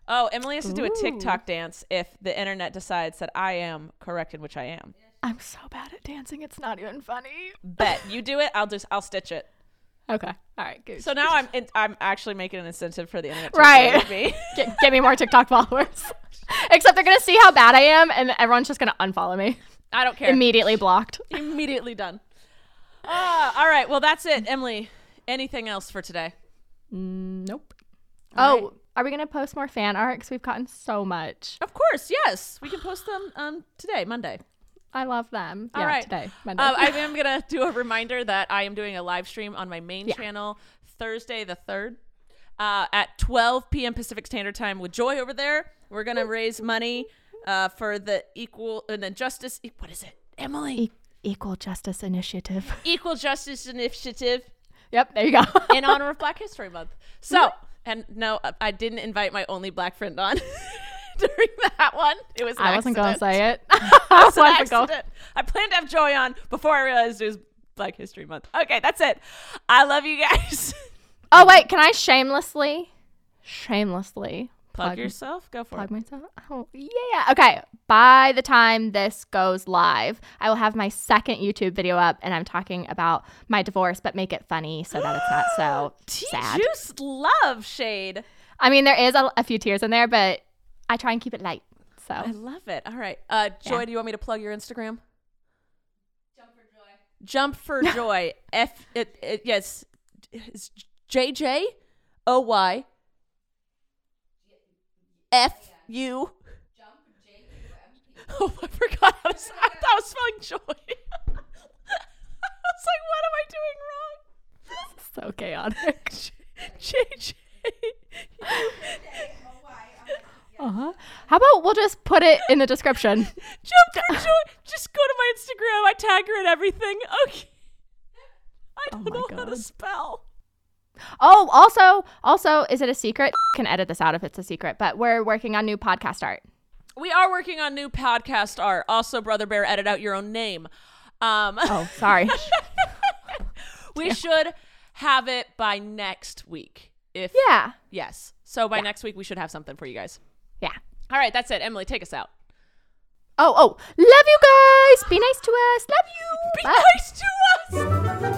Speaker 1: Oh, Emily has to do a TikTok dance if the internet decides that I am correct in which I am.
Speaker 2: I'm so bad at dancing, it's not even funny.
Speaker 1: Bet you do it. I'll just I'll stitch it.
Speaker 2: Okay. All right, good.
Speaker 1: So now I'm in, I'm actually making an incentive for the internet to agree
Speaker 2: Right.
Speaker 1: with me.
Speaker 2: get, get me more TikTok followers. Except they're gonna see how bad I am and everyone's just gonna unfollow me.
Speaker 1: I don't care.
Speaker 2: Immediately blocked.
Speaker 1: Immediately done. Ah, all right. Well, that's it, Emily. Anything else for today?
Speaker 2: Nope. oh, are we gonna post more fan art? Because we've gotten so much.
Speaker 1: Of course, yes. We can post them um, today, Monday.
Speaker 2: I love them.
Speaker 1: All
Speaker 2: yeah,
Speaker 1: right.
Speaker 2: today, Monday.
Speaker 1: Um, I am gonna do a reminder that I am doing a live stream on my main channel Thursday the third uh, at 12 p.m. Pacific Standard Time with Joy over there. We're uh, gonna raise money uh, for the equal and the justice. e- What is it, Emily?
Speaker 2: Equal Justice Initiative.
Speaker 1: Equal Justice Initiative.
Speaker 2: Yep, there you go.
Speaker 1: in honor of Black History Month. So, and no, uh, I didn't invite my only black friend on during that one. It was. An
Speaker 2: I wasn't going to
Speaker 1: accident.
Speaker 2: say it.
Speaker 1: It was an
Speaker 2: wasn't gonna-
Speaker 1: accident. I planned to have Joy on before I realized it was Black History Month. Okay, that's it. I love you guys.
Speaker 2: Oh wait, can I shamelessly, shamelessly
Speaker 1: Plug yourself. Go for
Speaker 2: plug
Speaker 1: it.
Speaker 2: myself? Oh yeah. Okay. By the time this goes live, I will have my second YouTube video up, and I'm talking about my divorce, but make it funny so that it's not so sad.
Speaker 1: Juice love shade.
Speaker 2: I mean, there is a, a few tears in there, but I try and keep it light. So
Speaker 1: I love it. All right, uh, Joy, do you want me to plug your Instagram? Jump for joy. Jump for joy. F. It, it, yes. It's J J O Y F U. Oh, I forgot. How to, s- I thought I was spelling joy. I was like, what am I doing wrong?
Speaker 2: so chaotic.
Speaker 1: J J.
Speaker 2: Uh-huh. How about we'll just put it in the description?
Speaker 1: Jump for joy. Just go to my Instagram. I tag her in everything. Okay. I don't know how to spell.
Speaker 2: Oh, also, also, is it a secret? Can edit this out if it's a secret, but we're working on new podcast art.
Speaker 1: We are working on new podcast art. Also, Brother Bear, edit out your own name. Um,
Speaker 2: Oh, sorry.
Speaker 1: we should have it by next week. If
Speaker 2: Yeah.
Speaker 1: yes, so by next week we should have something for you guys.
Speaker 2: yeah.
Speaker 1: All right, that's it. Emily, take us out.
Speaker 2: Oh, oh, love you guys. Be nice to us. Love you.
Speaker 1: Be
Speaker 2: Bye.
Speaker 1: nice to us.